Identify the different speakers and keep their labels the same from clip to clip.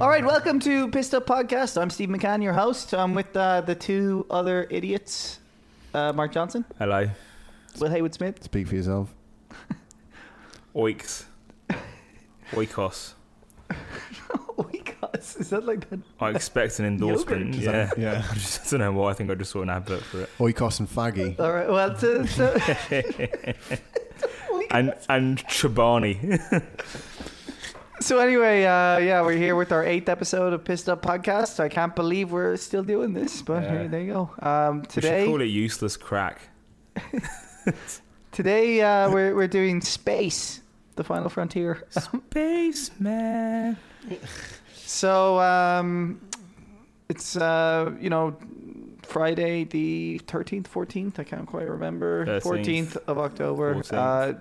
Speaker 1: All right, welcome to Pissed Up Podcast. I'm Steve McCann, your host. I'm with uh, the two other idiots, uh, Mark Johnson,
Speaker 2: Hello.
Speaker 1: Will Haywood Smith,
Speaker 3: Speak for yourself.
Speaker 2: Oiks. Oikos. Oh
Speaker 1: Oikos. Is that like that?
Speaker 2: I expect an endorsement.
Speaker 1: Yogurt.
Speaker 2: Yeah.
Speaker 3: Yeah.
Speaker 2: I just I don't know why. I think I just saw an advert for it.
Speaker 3: Oikos and Faggy.
Speaker 1: All right. Well, so, so,
Speaker 2: And and Chobani.
Speaker 1: so anyway, uh, yeah, we're here with our eighth episode of Pissed Up Podcast. I can't believe we're still doing this, but
Speaker 2: Yeah.
Speaker 1: hey, there you go. Um,
Speaker 2: We
Speaker 1: today,
Speaker 2: should call it useless crack.
Speaker 1: today uh, we're we're doing space, the final frontier.
Speaker 2: Baseman.
Speaker 1: So um, it's uh, you know Friday the thirteenth, fourteenth. I can't quite remember.
Speaker 2: 13th,
Speaker 1: Fourteenth of October.
Speaker 2: 14th.
Speaker 1: Uh,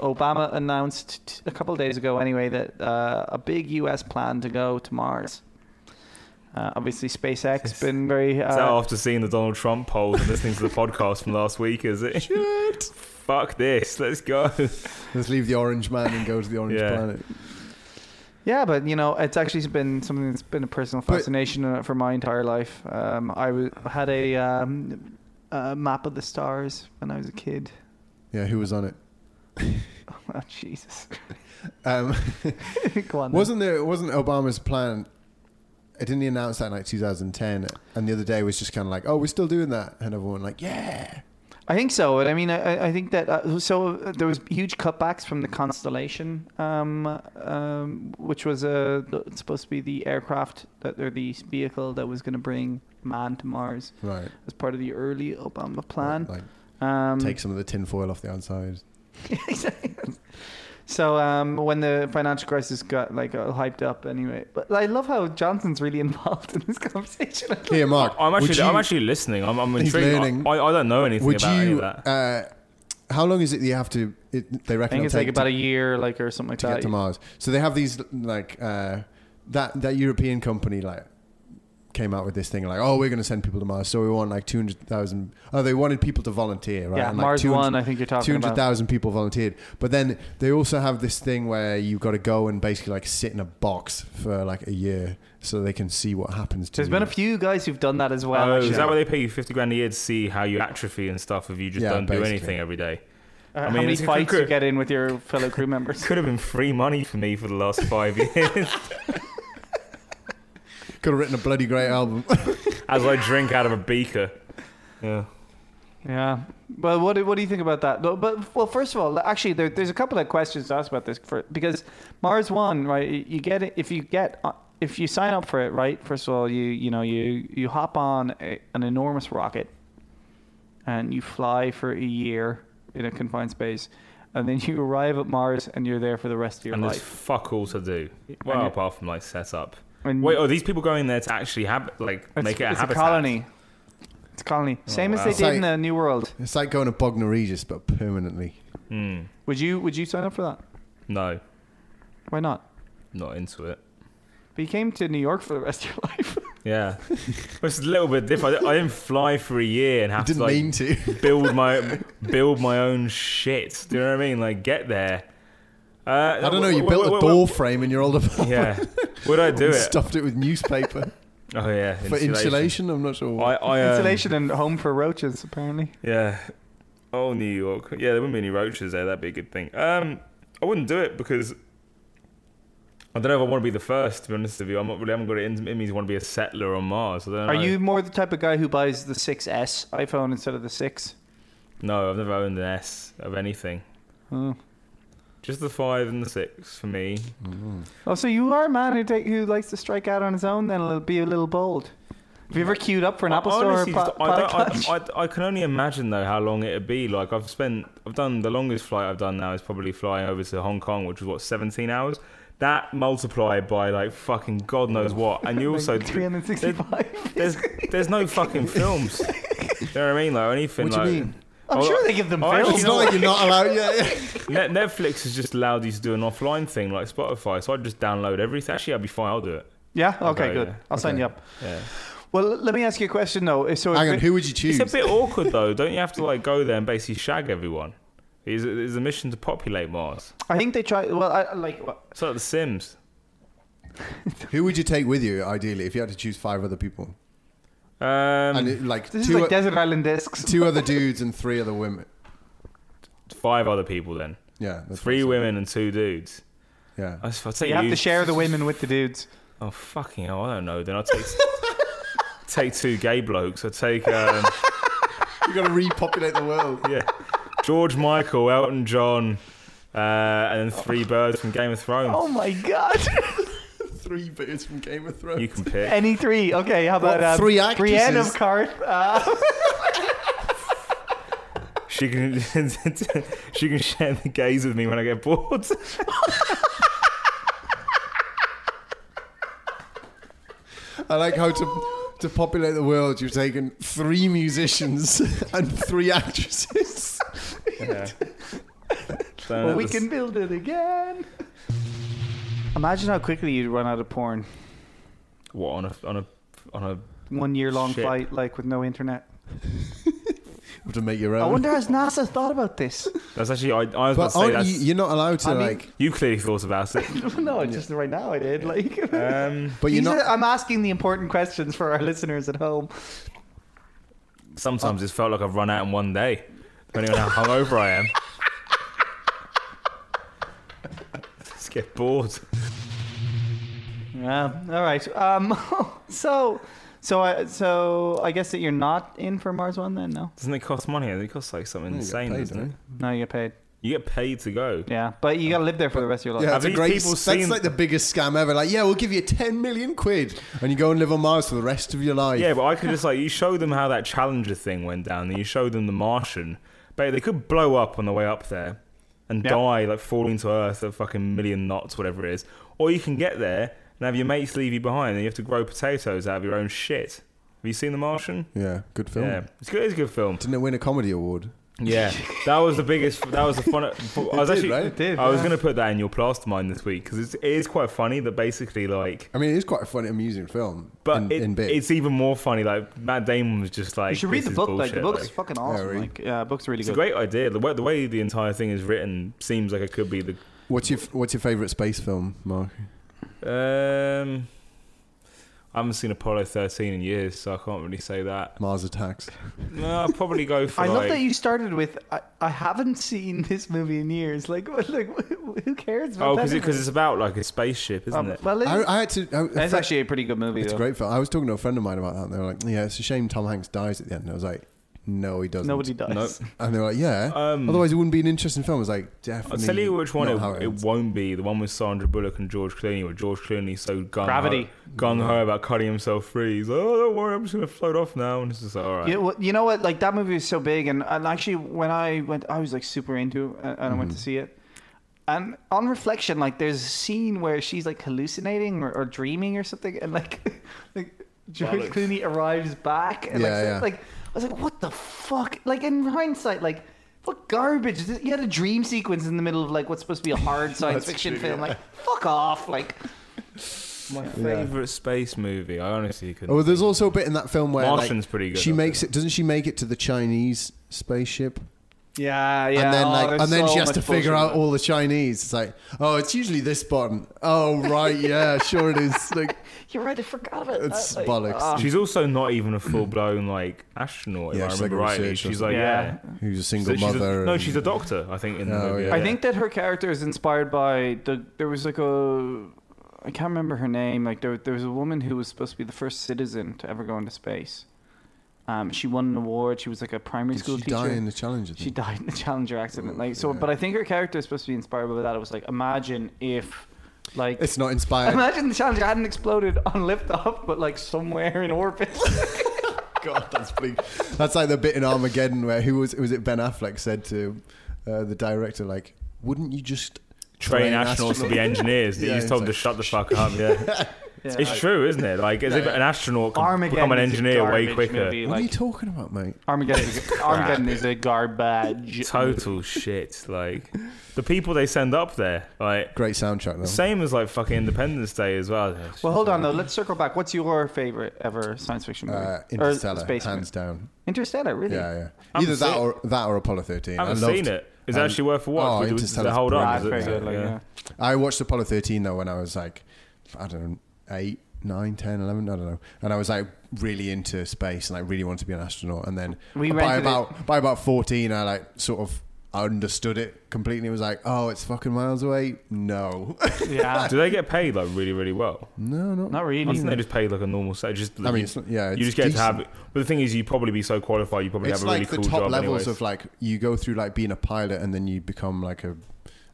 Speaker 1: Obama announced t- a couple of days ago, anyway, that uh, a big U.S. plan to go to Mars. Uh, obviously, SpaceX
Speaker 2: Yes.
Speaker 1: been very.
Speaker 2: Is that
Speaker 1: Uh,
Speaker 2: after seeing the Donald Trump polls and listening to the podcast from last week, is it? Fuck this. Let's go.
Speaker 3: Let's leave the orange man and go to the orange
Speaker 2: Yeah.
Speaker 3: planet.
Speaker 1: yeah, but you know, it's actually been something that's been a personal
Speaker 3: But-
Speaker 1: fascination uh, for my entire life. Um, I w- had a, um, a map of the stars when I was a kid.
Speaker 3: Yeah, who was on it?
Speaker 1: Oh, Jesus.
Speaker 3: Um,
Speaker 1: Go on. then.
Speaker 3: wasn't there? Wasn't Obama's plan? uh, Didn't he announce that in like 2010? And the other day was just kind of like, oh, we're still doing that, and everyone like, yeah.
Speaker 1: I think so. And I mean, I, I- I think that uh, so uh, there was huge cutbacks from the Constellation, um, um, which was uh, the- it's supposed to be the aircraft that or the vehicle that was going to bring man to Mars
Speaker 3: Right.
Speaker 1: as part of the early Obama plan.
Speaker 3: Like,
Speaker 1: Um,
Speaker 3: take some of the tin foil off the outside.
Speaker 1: so um, when the financial crisis got like all hyped up, anyway. But I love how Johnson's really involved in this conversation.
Speaker 3: Here, Mark.
Speaker 2: I'm
Speaker 3: would
Speaker 2: actually I'm
Speaker 3: you-
Speaker 2: actually listening. I'm, I'm
Speaker 3: He's
Speaker 2: intrigued.
Speaker 3: learning.
Speaker 2: I, I don't know anything
Speaker 3: Would
Speaker 2: about any of
Speaker 3: you?
Speaker 2: that.
Speaker 3: Uh, how long is it that you have to? It, they
Speaker 1: I
Speaker 3: reckon
Speaker 1: think
Speaker 3: it'll
Speaker 1: it's like
Speaker 3: take
Speaker 1: about
Speaker 3: to,
Speaker 1: a year, like or something like
Speaker 3: to
Speaker 1: that.
Speaker 3: get to Mars. So they have these like uh, that that European company like came out with this thing like, oh, we're going to send people to Mars, so we want like two hundred thousand. Oh, they wanted people to volunteer, right?
Speaker 1: Yeah,
Speaker 3: And, like,
Speaker 1: Mars
Speaker 3: 200
Speaker 1: One. I think you're talking about.
Speaker 3: 200,000 people volunteered. But then they also have this thing where you've got to go and basically like sit in a box for like a year so they can see what happens to
Speaker 1: There's
Speaker 3: you.
Speaker 1: been a few guys who've done that as well.
Speaker 2: oh,
Speaker 1: actually.
Speaker 2: is that where they pay you fifty grand a year to see how you atrophy and stuff if you just
Speaker 3: Yeah,
Speaker 2: don't do
Speaker 3: basically.
Speaker 2: anything every day?
Speaker 1: Uh,
Speaker 2: I
Speaker 1: how
Speaker 2: mean,
Speaker 1: many
Speaker 2: it's a
Speaker 1: fights
Speaker 2: concur-
Speaker 1: you get in with your fellow crew members?
Speaker 2: Could have been free money for me for the last five years
Speaker 3: Could have written a bloody great album.
Speaker 2: as I drink out of a beaker. Yeah.
Speaker 1: yeah. Well, what do, what do you think about that? No, But well, first of all, actually, there, there's a couple of questions to ask about this for, because Mars One, right? You get it if you get uh, if you sign up for it, right? First of all, you you know you you hop on a, an enormous rocket, and you fly for a year in a confined space, and then you arrive at Mars and you're there for the rest of your
Speaker 2: and there's
Speaker 1: life.
Speaker 2: fuck all to do. Well,
Speaker 1: And you-
Speaker 2: apart from like setup.
Speaker 1: And
Speaker 2: Wait, are these people going there to actually have like
Speaker 1: it's,
Speaker 2: make it a
Speaker 1: it's a
Speaker 2: habitat?
Speaker 1: colony. It's a colony,
Speaker 2: Oh,
Speaker 1: same as
Speaker 2: wow.
Speaker 1: they did in
Speaker 3: So-
Speaker 1: the New World.
Speaker 3: it's like going to Bognor Regis, but permanently.
Speaker 2: Hmm.
Speaker 1: Would you would you sign up for that?
Speaker 2: No,
Speaker 1: Why not?
Speaker 2: not into it.
Speaker 1: But you came to New York for the rest of your life.
Speaker 2: Yeah, it's a little bit different. I didn't fly for a year and
Speaker 3: I
Speaker 2: have
Speaker 3: didn't
Speaker 2: to like
Speaker 3: mean to.
Speaker 2: build my build my own shit. Do you know what I mean? Like get there. Uh,
Speaker 3: I don't know.
Speaker 2: w-
Speaker 3: You
Speaker 2: w-
Speaker 3: built
Speaker 2: w-
Speaker 3: a
Speaker 2: w-
Speaker 3: door frame in your old apartment.
Speaker 2: Yeah, would I do
Speaker 3: and
Speaker 2: it?
Speaker 3: Stuffed it with newspaper
Speaker 2: Oh yeah,
Speaker 3: for insulation. I'm not sure.
Speaker 2: I,
Speaker 3: Why.
Speaker 2: I, um,
Speaker 1: Insulation and home for roaches, apparently.
Speaker 2: Yeah. Oh, New York. Yeah, there wouldn't be any roaches there. That'd be a good thing. Um, I wouldn't do it because I don't know if I want to be the first. To be honest with you, I'm not really. I haven't got it in, in me to want to be a settler on Mars. Uh, I don't
Speaker 1: Are
Speaker 2: know.
Speaker 1: you more the type of guy who buys the 6S iPhone instead of the 6?
Speaker 2: No, I've never owned an S of anything.
Speaker 1: Oh.
Speaker 2: Just the five and the six for me.
Speaker 3: Mm.
Speaker 1: oh, so you are a man who take, who likes to strike out on his own, then it'll be a little bold. Have you ever queued up for an
Speaker 2: I-
Speaker 1: Apple
Speaker 2: I
Speaker 1: Store or
Speaker 2: honestly
Speaker 1: pla-
Speaker 2: just-
Speaker 1: product
Speaker 2: I,
Speaker 1: launch?
Speaker 2: don't- I, I, I can only imagine though how long it'd be. Like I've spent, I've done the longest flight I've done now is probably flying over to Hong Kong, which was what 17 hours. That multiplied by like fucking god knows what, and you
Speaker 1: Like
Speaker 2: also
Speaker 1: 365.
Speaker 2: there's there's no fucking films. you know what I mean? Like anything.
Speaker 3: What do you
Speaker 2: like,
Speaker 3: mean?
Speaker 1: I'm
Speaker 2: Oh,
Speaker 1: sure they give them
Speaker 2: oh,
Speaker 1: bills.
Speaker 3: It's not like you're not allowed. Yeah, yeah.
Speaker 2: Ne- Netflix has just allowed you to do an offline thing like Spotify, so I just download everything. Actually, I'd be fine. I'll do it.
Speaker 1: Yeah. Okay.
Speaker 2: Okay,
Speaker 1: good.
Speaker 2: yeah.
Speaker 1: I'll sign
Speaker 3: Okay.
Speaker 1: you up.
Speaker 2: Yeah.
Speaker 1: Well, let me ask you a question though. So, if
Speaker 3: Hang on.
Speaker 1: it-
Speaker 3: Who would you choose?
Speaker 2: It's a bit awkward though. Don't you have to like go there and basically shag everyone? Is is a mission to populate Mars?
Speaker 1: I think they try. Well, I like.
Speaker 2: It's like The Sims.
Speaker 3: Who would you take with you ideally if you had to choose five other people?
Speaker 2: Um,
Speaker 3: and it, like
Speaker 1: This is
Speaker 3: two
Speaker 1: like
Speaker 3: o-
Speaker 1: Desert Island Discs.
Speaker 3: two other dudes and three other women.
Speaker 2: five other people then.
Speaker 3: Yeah, that's
Speaker 2: Three
Speaker 3: what I
Speaker 2: women and two dudes.
Speaker 3: said. Yeah.
Speaker 2: I s- I'll take
Speaker 1: You have to share the women with the dudes.
Speaker 2: Oh fucking hell! I don't know. Then I'll take take two gay blokes. I take um,
Speaker 3: You got to repopulate the world.
Speaker 2: yeah, George Michael, Elton John, uh, and then
Speaker 3: Oh.
Speaker 2: three birds from Game of Thrones.
Speaker 1: Oh my god!
Speaker 3: Three birds from Game of Thrones.
Speaker 2: you can pick.
Speaker 1: Any three? Okay, how about
Speaker 3: What,
Speaker 1: um,
Speaker 3: three
Speaker 1: Brienne
Speaker 3: actresses?
Speaker 1: of Cart? Uh,
Speaker 2: She can she can share the gaze with me when I get bored.
Speaker 3: I like how to to populate the world. You've taken three musicians and three actresses.
Speaker 2: Yeah. So
Speaker 1: well, Uh, we
Speaker 2: that's-
Speaker 1: can build it again. Imagine how quickly you'd run out of porn.
Speaker 2: what on a on a on a
Speaker 1: One year long
Speaker 2: Shit.
Speaker 1: flight, like with no internet.
Speaker 3: You have to make your
Speaker 1: I
Speaker 3: own.
Speaker 1: wonder has NASA thought about this?
Speaker 2: that's actually I, I was about
Speaker 3: but
Speaker 2: to say
Speaker 3: aren't
Speaker 2: that's
Speaker 3: you, you're not allowed to
Speaker 1: I mean-
Speaker 3: like.
Speaker 2: you clearly thought about it.
Speaker 1: no, just right now I did. Like,
Speaker 2: Um,
Speaker 3: But you're
Speaker 1: These
Speaker 3: not.
Speaker 1: are- I'm asking the important questions for our listeners at home.
Speaker 2: sometimes it's felt like I've run out in one day, depending on how hungover I am. Just get bored.
Speaker 1: Yeah. All right. Um. So, so I so I guess that you're not in for Mars One then. No.
Speaker 2: Doesn't it cost money? It costs like something
Speaker 3: You get
Speaker 2: insane,
Speaker 3: paid,
Speaker 2: doesn't
Speaker 3: don't
Speaker 2: it?
Speaker 3: you?
Speaker 1: No, you get paid.
Speaker 2: You get paid to go.
Speaker 1: Yeah, but you gotta live there for the rest of your life.
Speaker 3: Yeah,
Speaker 2: Have
Speaker 3: it's a
Speaker 2: these
Speaker 3: great.
Speaker 2: people
Speaker 3: That's
Speaker 2: seen-
Speaker 3: like the biggest scam ever. Like, yeah, we'll give you ten million quid, and you go and live on Mars for the rest of your life.
Speaker 2: Yeah, but I could just like you show them how that Challenger thing went down, and you show them the Martian. But they could blow up on the way up there and
Speaker 1: Yeah.
Speaker 2: die, like falling to Earth at fucking million knots, whatever it is. Or you can get there and have your mates leave you behind, and you have to grow potatoes out of your own shit. Have you seen the Martian?
Speaker 3: Yeah, good film.
Speaker 2: Yeah, it's good. It's a good film.
Speaker 3: Didn't it win a comedy award?
Speaker 2: Yeah, that was the biggest. That was the fun. I was
Speaker 3: did,
Speaker 2: actually.
Speaker 3: right?
Speaker 1: It did.
Speaker 2: I was
Speaker 1: yeah.
Speaker 2: going to put that in your plastermind this week because it is quite funny that basically like,
Speaker 3: I mean, it is quite a funny, amusing film.
Speaker 2: but
Speaker 3: in,
Speaker 2: it-
Speaker 3: in bits.
Speaker 2: it's even more funny. Like Matt Damon was just like,
Speaker 1: you should read
Speaker 2: "This
Speaker 1: the
Speaker 2: is
Speaker 1: book. like the
Speaker 2: bullshit,"
Speaker 1: book's
Speaker 2: like.
Speaker 1: fucking awesome.
Speaker 3: really.
Speaker 1: Like, yeah, the book's really
Speaker 2: It's a
Speaker 1: good.
Speaker 2: great idea. The way, the way the entire thing is written seems like it could be the.
Speaker 3: What's your What's your favorite space film, Mark?
Speaker 2: Um, I haven't seen Apollo 13 in years, so I can't really say that.
Speaker 3: Mars Attacks.
Speaker 2: No, I'll probably go for.
Speaker 1: I love
Speaker 2: like-
Speaker 1: that you started with. I, I haven't seen this movie in years. Like, what- like who cares? About
Speaker 2: Oh,
Speaker 1: that
Speaker 2: because
Speaker 1: movie?
Speaker 2: it's about like a spaceship, isn't
Speaker 1: Um,
Speaker 2: it?
Speaker 1: well, it,
Speaker 3: I, I had to. I, a
Speaker 1: that's
Speaker 3: fri-
Speaker 1: actually a pretty good movie.
Speaker 3: it's a
Speaker 1: though.
Speaker 3: great film. I was talking to a friend of mine about that, and they were like, "Yeah, it's a shame Tom Hanks dies at the end." And I was like, "No, he doesn't."
Speaker 1: Nobody dies.
Speaker 2: Nope.
Speaker 3: And they were like, "Yeah."
Speaker 2: Um,
Speaker 3: Otherwise, it wouldn't be an interesting film. I was like,
Speaker 2: I'll
Speaker 3: "Definitely."
Speaker 2: tell you which one
Speaker 3: not how
Speaker 2: it, it
Speaker 3: ends.
Speaker 2: won't be. The one with Sandra Bullock and George Clooney, where George Clooney's so gung
Speaker 1: Gravity.
Speaker 2: gung ho about cutting himself free. He's like, oh, don't worry, I'm just going to float off now. And it's just like, all right.
Speaker 1: You, well, you know what? Like that movie was so big, and, and actually, when I went, I was like super into, it, and, and I went to
Speaker 3: Mm-hmm.
Speaker 1: see it. And on reflection, like there's a scene where she's like hallucinating or, or dreaming or something, and like, like George
Speaker 2: Bollocks.
Speaker 1: Clooney arrives back, and
Speaker 3: Yeah,
Speaker 1: like, so-
Speaker 3: yeah.
Speaker 1: like I was like, what the fuck? Like in hindsight, like. What garbage! You had a dream sequence in the middle of like what's supposed to be a hard science fiction film. Like, fuck off! Like,
Speaker 2: My favourite space movie. I honestly couldn't.
Speaker 3: Oh, there's also a bit in that film where like,
Speaker 2: Martian's pretty good.
Speaker 3: she
Speaker 2: I
Speaker 3: makes it. Doesn't she make it to the Chinese spaceship?
Speaker 1: yeah, yeah.
Speaker 3: and then
Speaker 1: oh,
Speaker 3: like,
Speaker 1: there's
Speaker 3: and then
Speaker 1: so
Speaker 3: she has to
Speaker 1: much
Speaker 3: figure
Speaker 1: bullshit.
Speaker 3: out all the Chinese. It's like, oh, it's usually this button. Oh, right, yeah, sure it is. Like,
Speaker 1: You're right. I forgot about
Speaker 3: It's
Speaker 1: that.
Speaker 3: bollocks.
Speaker 1: ah.
Speaker 2: She's also not even a full blown like astronaut.
Speaker 3: Yeah,
Speaker 2: if I
Speaker 3: she's like a
Speaker 2: remember rightly.
Speaker 3: researcher or
Speaker 2: She's like
Speaker 3: something.
Speaker 2: yeah.
Speaker 3: who's a
Speaker 2: She's
Speaker 3: single
Speaker 2: a- she's a-
Speaker 3: mother?
Speaker 2: no,
Speaker 3: and-
Speaker 2: she's a doctor. I think in the
Speaker 3: Oh,
Speaker 2: movie.
Speaker 3: yeah.
Speaker 1: I think that her character is inspired by the. There was like a, I can't remember her name. Like there, there was a woman who was supposed to be the first citizen to ever go into space. Um, she won an award. She was like a primary
Speaker 3: Did
Speaker 1: school
Speaker 3: she
Speaker 1: teacher.
Speaker 3: die in the challenge? I
Speaker 1: she
Speaker 3: think?
Speaker 1: died in a Challenger accident.
Speaker 3: Oh,
Speaker 1: Like so,
Speaker 3: yeah.
Speaker 1: but I think her character is supposed to be inspired by that. It was like imagine if, like.
Speaker 3: It's not inspired.
Speaker 1: Imagine the Challenger hadn't exploded on liftoff, but like somewhere in orbit.
Speaker 3: God, that's bleak. That's like the bit in Armageddon where who was was it Ben Affleck said to uh, the director like, "Wouldn't you just
Speaker 2: train astronauts to be engineers.
Speaker 3: Yeah,
Speaker 2: you just told
Speaker 3: it's
Speaker 2: them to shut the fuck up. Yeah,
Speaker 1: Yeah.
Speaker 2: it's true, isn't it? Like as if an astronaut can
Speaker 1: Armageddon
Speaker 2: become an
Speaker 1: is a
Speaker 2: engineer way
Speaker 1: garbage
Speaker 2: movie.
Speaker 1: movie,
Speaker 3: What are you
Speaker 1: like-
Speaker 3: talking about, mate?
Speaker 1: Armageddon, is a, Armageddon is a garbage.
Speaker 2: total shit. Like the people they send up there, like
Speaker 3: Great soundtrack though.
Speaker 2: same as like fucking Independence Day as well.
Speaker 1: Well, hold on though. Let's circle back. What's your favorite ever science fiction movie?
Speaker 3: uh,
Speaker 1: Or
Speaker 3: Interstellar,
Speaker 1: space movie?
Speaker 3: hands down.
Speaker 1: Interstellar, really?
Speaker 3: Yeah, yeah.
Speaker 2: Haven't
Speaker 3: Either
Speaker 2: seen
Speaker 3: that
Speaker 2: it.
Speaker 3: or that or Apollo 13.
Speaker 2: I haven't
Speaker 3: loved-
Speaker 2: seen it. Is it
Speaker 3: um,
Speaker 2: actually worth a watch?
Speaker 3: oh,
Speaker 2: Would you- does it
Speaker 3: Interstellar's
Speaker 2: hold
Speaker 1: Ah,
Speaker 2: on?
Speaker 3: brilliant.
Speaker 1: it's
Speaker 2: Is it-
Speaker 1: very good. Like,
Speaker 2: yeah.
Speaker 1: yeah.
Speaker 3: I watched Apollo 13 though when I was like I don't know, eight, nine, 10, 11, I don't know. And I was like really into space and I really wanted to be an astronaut. And then
Speaker 1: We
Speaker 3: by
Speaker 1: rented
Speaker 3: about by about 14, I like sort of understood it completely. It was like, oh, it's fucking miles away. No,
Speaker 1: Yeah,
Speaker 2: Do they get paid like really, really well?
Speaker 3: no, not,
Speaker 1: not
Speaker 2: I
Speaker 1: really.
Speaker 2: think they just paid like a normal salary. Just
Speaker 3: I mean, it's, not- yeah,
Speaker 2: you
Speaker 3: it's
Speaker 2: just get to
Speaker 3: decent.
Speaker 2: have. But the thing is, you probably be so qualified, you probably
Speaker 3: it's
Speaker 2: have a
Speaker 3: like
Speaker 2: really
Speaker 3: the
Speaker 2: cool
Speaker 3: top
Speaker 2: job.
Speaker 3: levels
Speaker 2: anyways.
Speaker 3: of like you go through like being a pilot and then you become like a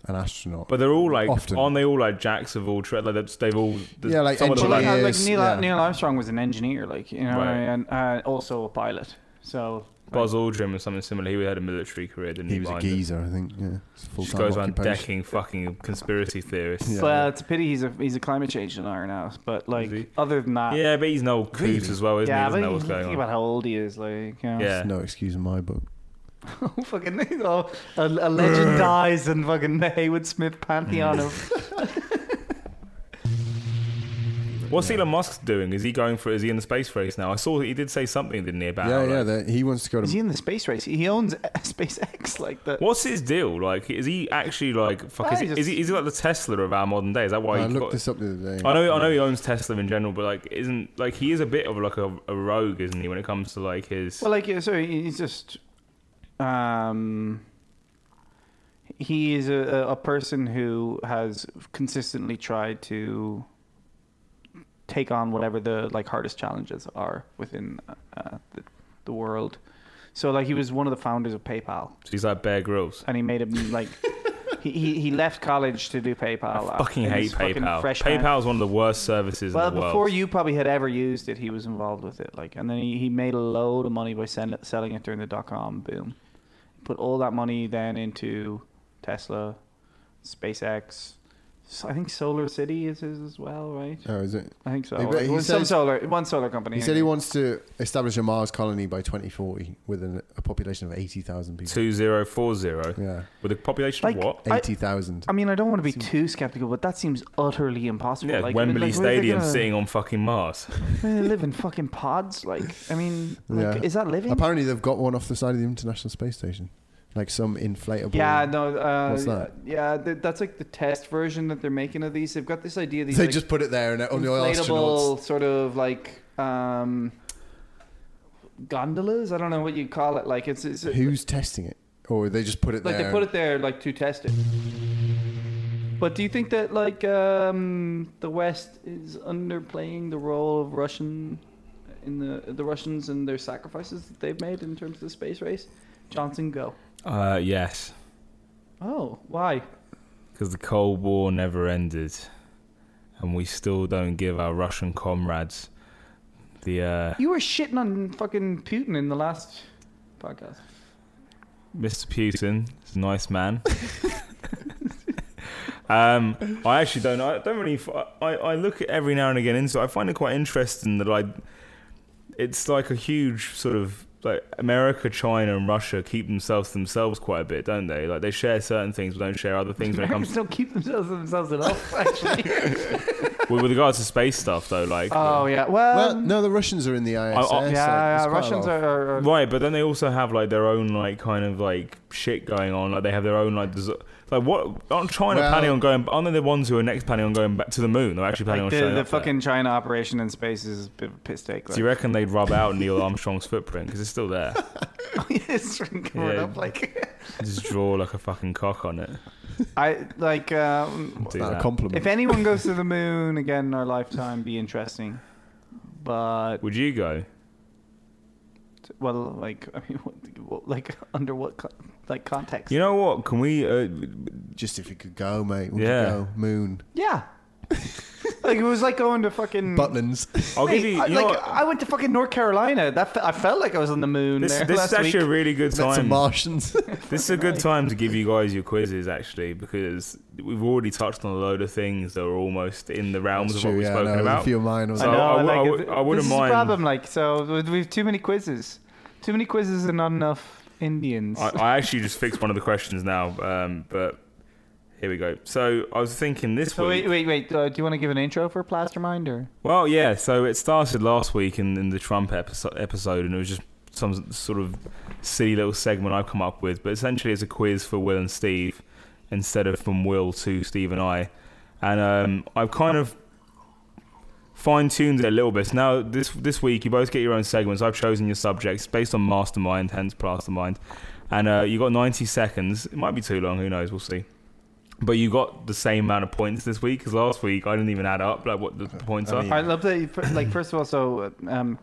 Speaker 3: an astronaut.
Speaker 2: but they're all like,
Speaker 3: Often.
Speaker 2: aren't they all like jacks of all trades? Like that's- they've all
Speaker 3: Yeah, like
Speaker 2: some of them
Speaker 1: Well,
Speaker 2: are,
Speaker 1: like,
Speaker 2: like,
Speaker 1: uh, like
Speaker 3: Engineers,
Speaker 1: Neil,
Speaker 3: yeah.
Speaker 1: Neil Armstrong was an engineer, like you know,
Speaker 2: Right.
Speaker 1: and uh, also a pilot. So
Speaker 2: Buzz Aldrin or something similar. He had a military career, didn't he?
Speaker 3: he was a
Speaker 2: mind it?
Speaker 3: geezer, I think. Yeah, full
Speaker 2: Just
Speaker 3: time
Speaker 2: goes around
Speaker 3: occupation.
Speaker 2: decking fucking conspiracy theorists.
Speaker 3: Yeah.
Speaker 1: well, uh, it's a pity he's a he's a climate change denier now. But like
Speaker 2: Is he?
Speaker 1: other than that,
Speaker 2: Yeah, but he's no coot
Speaker 3: Really?
Speaker 2: as well, isn't
Speaker 1: yeah,
Speaker 2: he? Doesn't
Speaker 1: but
Speaker 2: know what's
Speaker 1: you think
Speaker 2: going on.
Speaker 1: about how old he is, like you know.
Speaker 2: Yeah.
Speaker 3: There's No excuse in my book.
Speaker 1: fucking you know, a, a legend dies in fucking the Haywood Smith pantheon
Speaker 2: Mm.
Speaker 1: of
Speaker 2: What's Elon Musk doing? Is he going for? Is he in the space race now? I saw he did say something, didn't he? About
Speaker 3: yeah,
Speaker 2: like,
Speaker 3: yeah. that- he wants to go
Speaker 1: is
Speaker 3: to.
Speaker 1: he in the space race? He owns SpaceX, like the
Speaker 2: What's his deal? Like, is he actually like fuck?
Speaker 1: Well,
Speaker 2: Is,
Speaker 1: he just-
Speaker 2: is he is he like the Tesla of our modern day? Is that why
Speaker 3: I
Speaker 2: he
Speaker 3: looked
Speaker 2: got?
Speaker 3: this up the other day.
Speaker 2: I know, I know he owns Tesla in general, but like, isn't like he is a bit of like a, a rogue, isn't he? When it comes to like his,
Speaker 1: Well, like, yeah, so he- he's just, um, he is a, a a person who has consistently tried to take on whatever the like hardest challenges are within uh, the, the world. So, like, he was one of the founders of PayPal,
Speaker 2: he's like Bear Grylls.
Speaker 1: and he made him like. He, he, he left college to do PayPal.
Speaker 2: I fucking
Speaker 1: in
Speaker 2: hate
Speaker 1: his uh, fucking
Speaker 2: PayPal.
Speaker 1: freshman-
Speaker 2: PayPal is one of the worst services
Speaker 1: well,
Speaker 2: in the world.
Speaker 1: before you probably had ever used it, he was involved with it. Like, and then he, he made a load of money by send, selling it during the dot com boom. Put all that money then into Tesla, SpaceX. So I think Solar City is his as well, right?
Speaker 3: Oh, is it?
Speaker 1: I think so.
Speaker 3: He- but he
Speaker 1: It was some
Speaker 3: says-
Speaker 1: solar, one solar company.
Speaker 3: He said he wants to establish a Mars colony by 2040 with an, a population of 80,000 people.
Speaker 2: two zero four zero
Speaker 3: Yeah,
Speaker 2: with a population
Speaker 1: Like-
Speaker 2: of what?
Speaker 1: I-
Speaker 3: 80,000.
Speaker 1: I mean, I don't want to be too skeptical, but that seems utterly impossible.
Speaker 2: Yeah,
Speaker 1: like, I mean,
Speaker 2: Wembley
Speaker 1: like, where are they
Speaker 2: Stadium
Speaker 1: gonna-
Speaker 2: sitting on fucking Mars.
Speaker 1: where They live in fucking pods. Like, I mean, like,
Speaker 3: Yeah.
Speaker 1: is that living?
Speaker 3: Apparently, they've got one off the side of the International Space Station, like some inflatable.
Speaker 1: Yeah, no. Uh,
Speaker 3: What's that?
Speaker 1: Yeah, th- that's like the test version that they're making of these. They've got this idea of these
Speaker 3: they
Speaker 1: like,
Speaker 3: just put it there and only astronauts.
Speaker 1: inflatable sort of like um, gondolas. I don't know what you call it. Like it's, it's
Speaker 3: Who's testing it? Or they just put it
Speaker 1: like
Speaker 3: there.
Speaker 1: they put it there like to test it. But do you think that like um, the West is underplaying the role of Russian in the the Russians and their sacrifices that they've made in terms of the space race? Johnson, go.
Speaker 2: Uh, yes,
Speaker 1: Oh, why?
Speaker 2: because the Cold War never ended, and we still don't give our Russian comrades the. Uh,
Speaker 1: You were shitting on fucking Putin in the last podcast.
Speaker 2: Mr. Putin is a nice man. um, I actually don't. I don't really. f- I, I look at every now and again into. it. I find it quite interesting that I. It's like a huge sort of like America, China, and Russia keep themselves to themselves quite a bit, don't they? Like they share certain things, but don't share other things when it
Speaker 1: Americans
Speaker 2: comes.
Speaker 1: don't keep themselves to themselves at all, actually.
Speaker 2: with, with regards to space stuff, though, like
Speaker 1: oh, yeah. Well,
Speaker 3: Well, no, the Russians are in the ISS.
Speaker 2: I-
Speaker 1: yeah, yeah,
Speaker 3: like, there's quite a
Speaker 1: Russians
Speaker 3: lot of-
Speaker 1: are. are, are
Speaker 2: Right, but then they also have like their own like kind of like shit going on. Like they have their own like desi- like what aren't China
Speaker 3: Well-
Speaker 2: planning on going? Aren't they the ones who are next planning on going back to the moon? They're actually planning
Speaker 1: like
Speaker 2: on
Speaker 1: the,
Speaker 2: showing
Speaker 1: the
Speaker 2: up there.
Speaker 1: fucking China operation in space is a bit of a piss take.
Speaker 2: Do you
Speaker 1: Like.
Speaker 2: reckon they'd rub out Neil Armstrong's footprint because it's still there?
Speaker 1: it's covered
Speaker 2: Yeah.
Speaker 1: up like
Speaker 2: Just draw like a fucking cock on it.
Speaker 1: I like. Um,
Speaker 2: Do
Speaker 3: not
Speaker 2: that.
Speaker 3: a compliment.
Speaker 1: if anyone goes to the moon again in our lifetime, be interesting. But
Speaker 2: Would you go?
Speaker 1: well, like I mean, what, like under what co- like context?
Speaker 2: You know what? Can we? Uh,
Speaker 3: Just if you could go, mate. We could
Speaker 2: Yeah.
Speaker 3: go. Moon.
Speaker 1: Yeah. like it was like going to fucking.
Speaker 3: Butlins.
Speaker 2: I'll
Speaker 1: Hey,
Speaker 2: give you.
Speaker 1: I,
Speaker 2: you know
Speaker 1: like
Speaker 2: what?
Speaker 1: I went to fucking North Carolina. That fe- I felt like I was on the moon
Speaker 2: This,
Speaker 1: there
Speaker 2: this
Speaker 1: last
Speaker 2: is actually a
Speaker 1: week.
Speaker 2: really good
Speaker 3: Met some
Speaker 2: time.
Speaker 3: Martians.
Speaker 2: This is a good time to give you guys your quizzes, actually, because we've already touched on a load of things that are almost in the realms
Speaker 3: That's
Speaker 2: of what
Speaker 3: true,
Speaker 2: we've
Speaker 3: yeah, I
Speaker 2: spoken
Speaker 3: know, there's
Speaker 2: about.
Speaker 3: A few of mine. was
Speaker 2: I
Speaker 1: I
Speaker 2: know,
Speaker 3: like-
Speaker 1: know.
Speaker 2: I
Speaker 1: like,
Speaker 2: wou- I
Speaker 1: it-
Speaker 2: wou- I wouldn't
Speaker 1: this is
Speaker 2: mind-
Speaker 1: the problem. Like, so we have too many quizzes, too many quizzes, and not enough Indians.
Speaker 2: I, I actually just fixed one of the questions now, um, but here we go. So I was thinking this
Speaker 1: so
Speaker 2: week.
Speaker 1: wait, wait, wait. Uh, do you want to give an intro for Plastermind or?
Speaker 2: Well, yeah. So it started last week in, in the Trump episode, episode, and it was just some sort of silly little segment I've come up with. But essentially, it's a quiz for Will and Steve instead of from Will to Steve and I. And um, I've kind of fine tuned it a little bit. So now this this week you both get your own segments. I've chosen your subjects based on Mastermind, hence Plastermind, and uh, you got 90 seconds. It might be too long. Who knows? We'll see. But you got the same amount of points this week because last week I didn't even add up like what the points
Speaker 3: Uh, I
Speaker 2: are.
Speaker 3: mean-
Speaker 1: I love that. You, put- like, first of all, so um,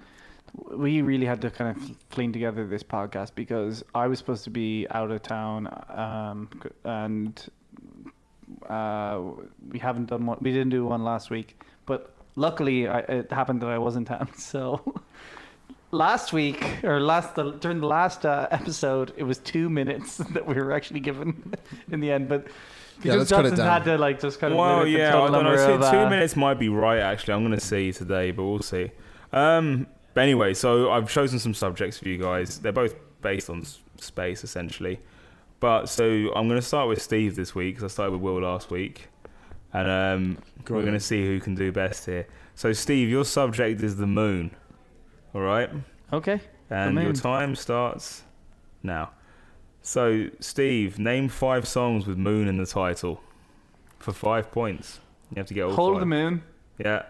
Speaker 1: we really had to kind of fling together this podcast because I was supposed to be out of town, um, c- and uh, we haven't done one. We didn't do one last week, but luckily I, it happened that I was in town. So last week or last the, during the last uh, episode, it was two minutes that we were actually given in the end, but.
Speaker 3: Yeah,
Speaker 1: Because
Speaker 3: let's cut it
Speaker 1: Johnson
Speaker 3: down.
Speaker 1: had to like just kind of
Speaker 2: Well,
Speaker 1: limit the
Speaker 2: yeah,
Speaker 1: total
Speaker 2: I don't know.
Speaker 1: number
Speaker 2: See,
Speaker 1: of, uh,
Speaker 2: two minutes might be right. Actually, I'm going to see today, but we'll see. Um, but anyway, so I've chosen some subjects for you guys. They're both based on s- space, essentially. But so I'm going to start with Steve this week because I started with Will last week, and um, we're
Speaker 3: Great.
Speaker 2: going to see who can do best here. So, Steve, your subject is the moon. All right,
Speaker 1: Okay.
Speaker 2: and your
Speaker 1: moon.
Speaker 2: time starts now. So, Steve, name five songs with moon in the title for five points. You have to get all
Speaker 1: Hole of
Speaker 2: five.
Speaker 1: the moon.
Speaker 2: Yeah.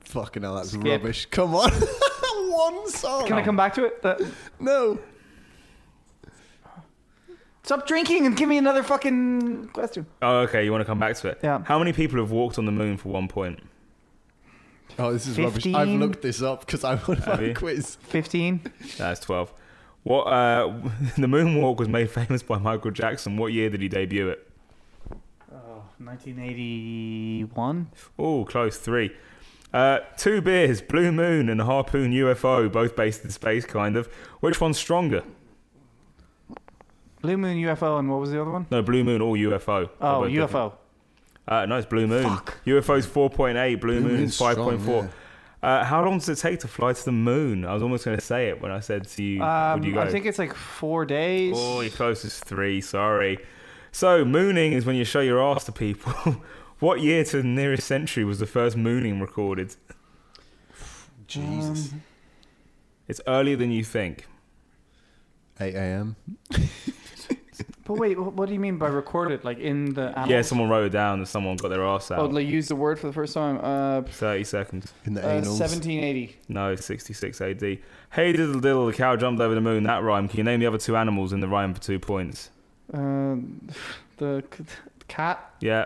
Speaker 3: Fucking hell, that's
Speaker 1: Skip.
Speaker 3: rubbish. Come on. One song.
Speaker 1: Can I come back to it? That-
Speaker 3: No.
Speaker 1: Stop drinking and give me another fucking question.
Speaker 2: Oh, okay. You want to come back to it?
Speaker 1: Yeah.
Speaker 2: How many people have walked on the moon for one point?
Speaker 3: Oh, this is rubbish.
Speaker 1: 15.
Speaker 3: I've looked this up because I want to
Speaker 2: Have
Speaker 3: have a
Speaker 2: you?
Speaker 3: quiz.
Speaker 1: 15.
Speaker 2: That's twelve. What? Uh, the moonwalk was made famous by Michael Jackson. What year did he debut it?
Speaker 1: Oh, 1981.
Speaker 2: Oh, close three. Uh, two beers, Blue Moon and Harpoon UFO, both based in space, kind of. Which one's stronger?
Speaker 1: Blue Moon UFO and what was the other one?
Speaker 2: No, Blue Moon or UFO. They're
Speaker 1: Oh,
Speaker 2: both different.
Speaker 1: UFO.
Speaker 2: Uh, no, it's Blue Moon.
Speaker 1: Fuck.
Speaker 2: UFO's 4.8, Blue,
Speaker 3: Blue
Speaker 2: Moon's
Speaker 3: Moon's strong,
Speaker 2: 5.4. Uh, how long does it take to fly to the moon? I was almost going to say it when I said to you, would you
Speaker 1: Um,
Speaker 2: go?
Speaker 1: I think it's like four days.
Speaker 2: Oh, your closest three. Sorry. So mooning is when you show your ass to people. what year to the nearest century was the first mooning recorded?
Speaker 3: Jesus.
Speaker 1: Um,
Speaker 2: It's earlier than you think.
Speaker 3: 8 a.m.
Speaker 1: But wait, wh- what do you mean by recorded? Like in the annals?
Speaker 2: Yeah, someone wrote it down and someone got their ass
Speaker 1: Oh,
Speaker 2: out.
Speaker 1: like use the word for the first time. Uh,
Speaker 2: Thirty seconds.
Speaker 3: in the
Speaker 1: uh,
Speaker 3: anals.
Speaker 1: 1780.
Speaker 2: No, sixty-six A.D. Hey diddle diddle, the cow jumped over the moon. That rhyme. Can you name the other two animals in the rhyme for two points?
Speaker 1: Uh, the c- the cat,
Speaker 2: Yeah.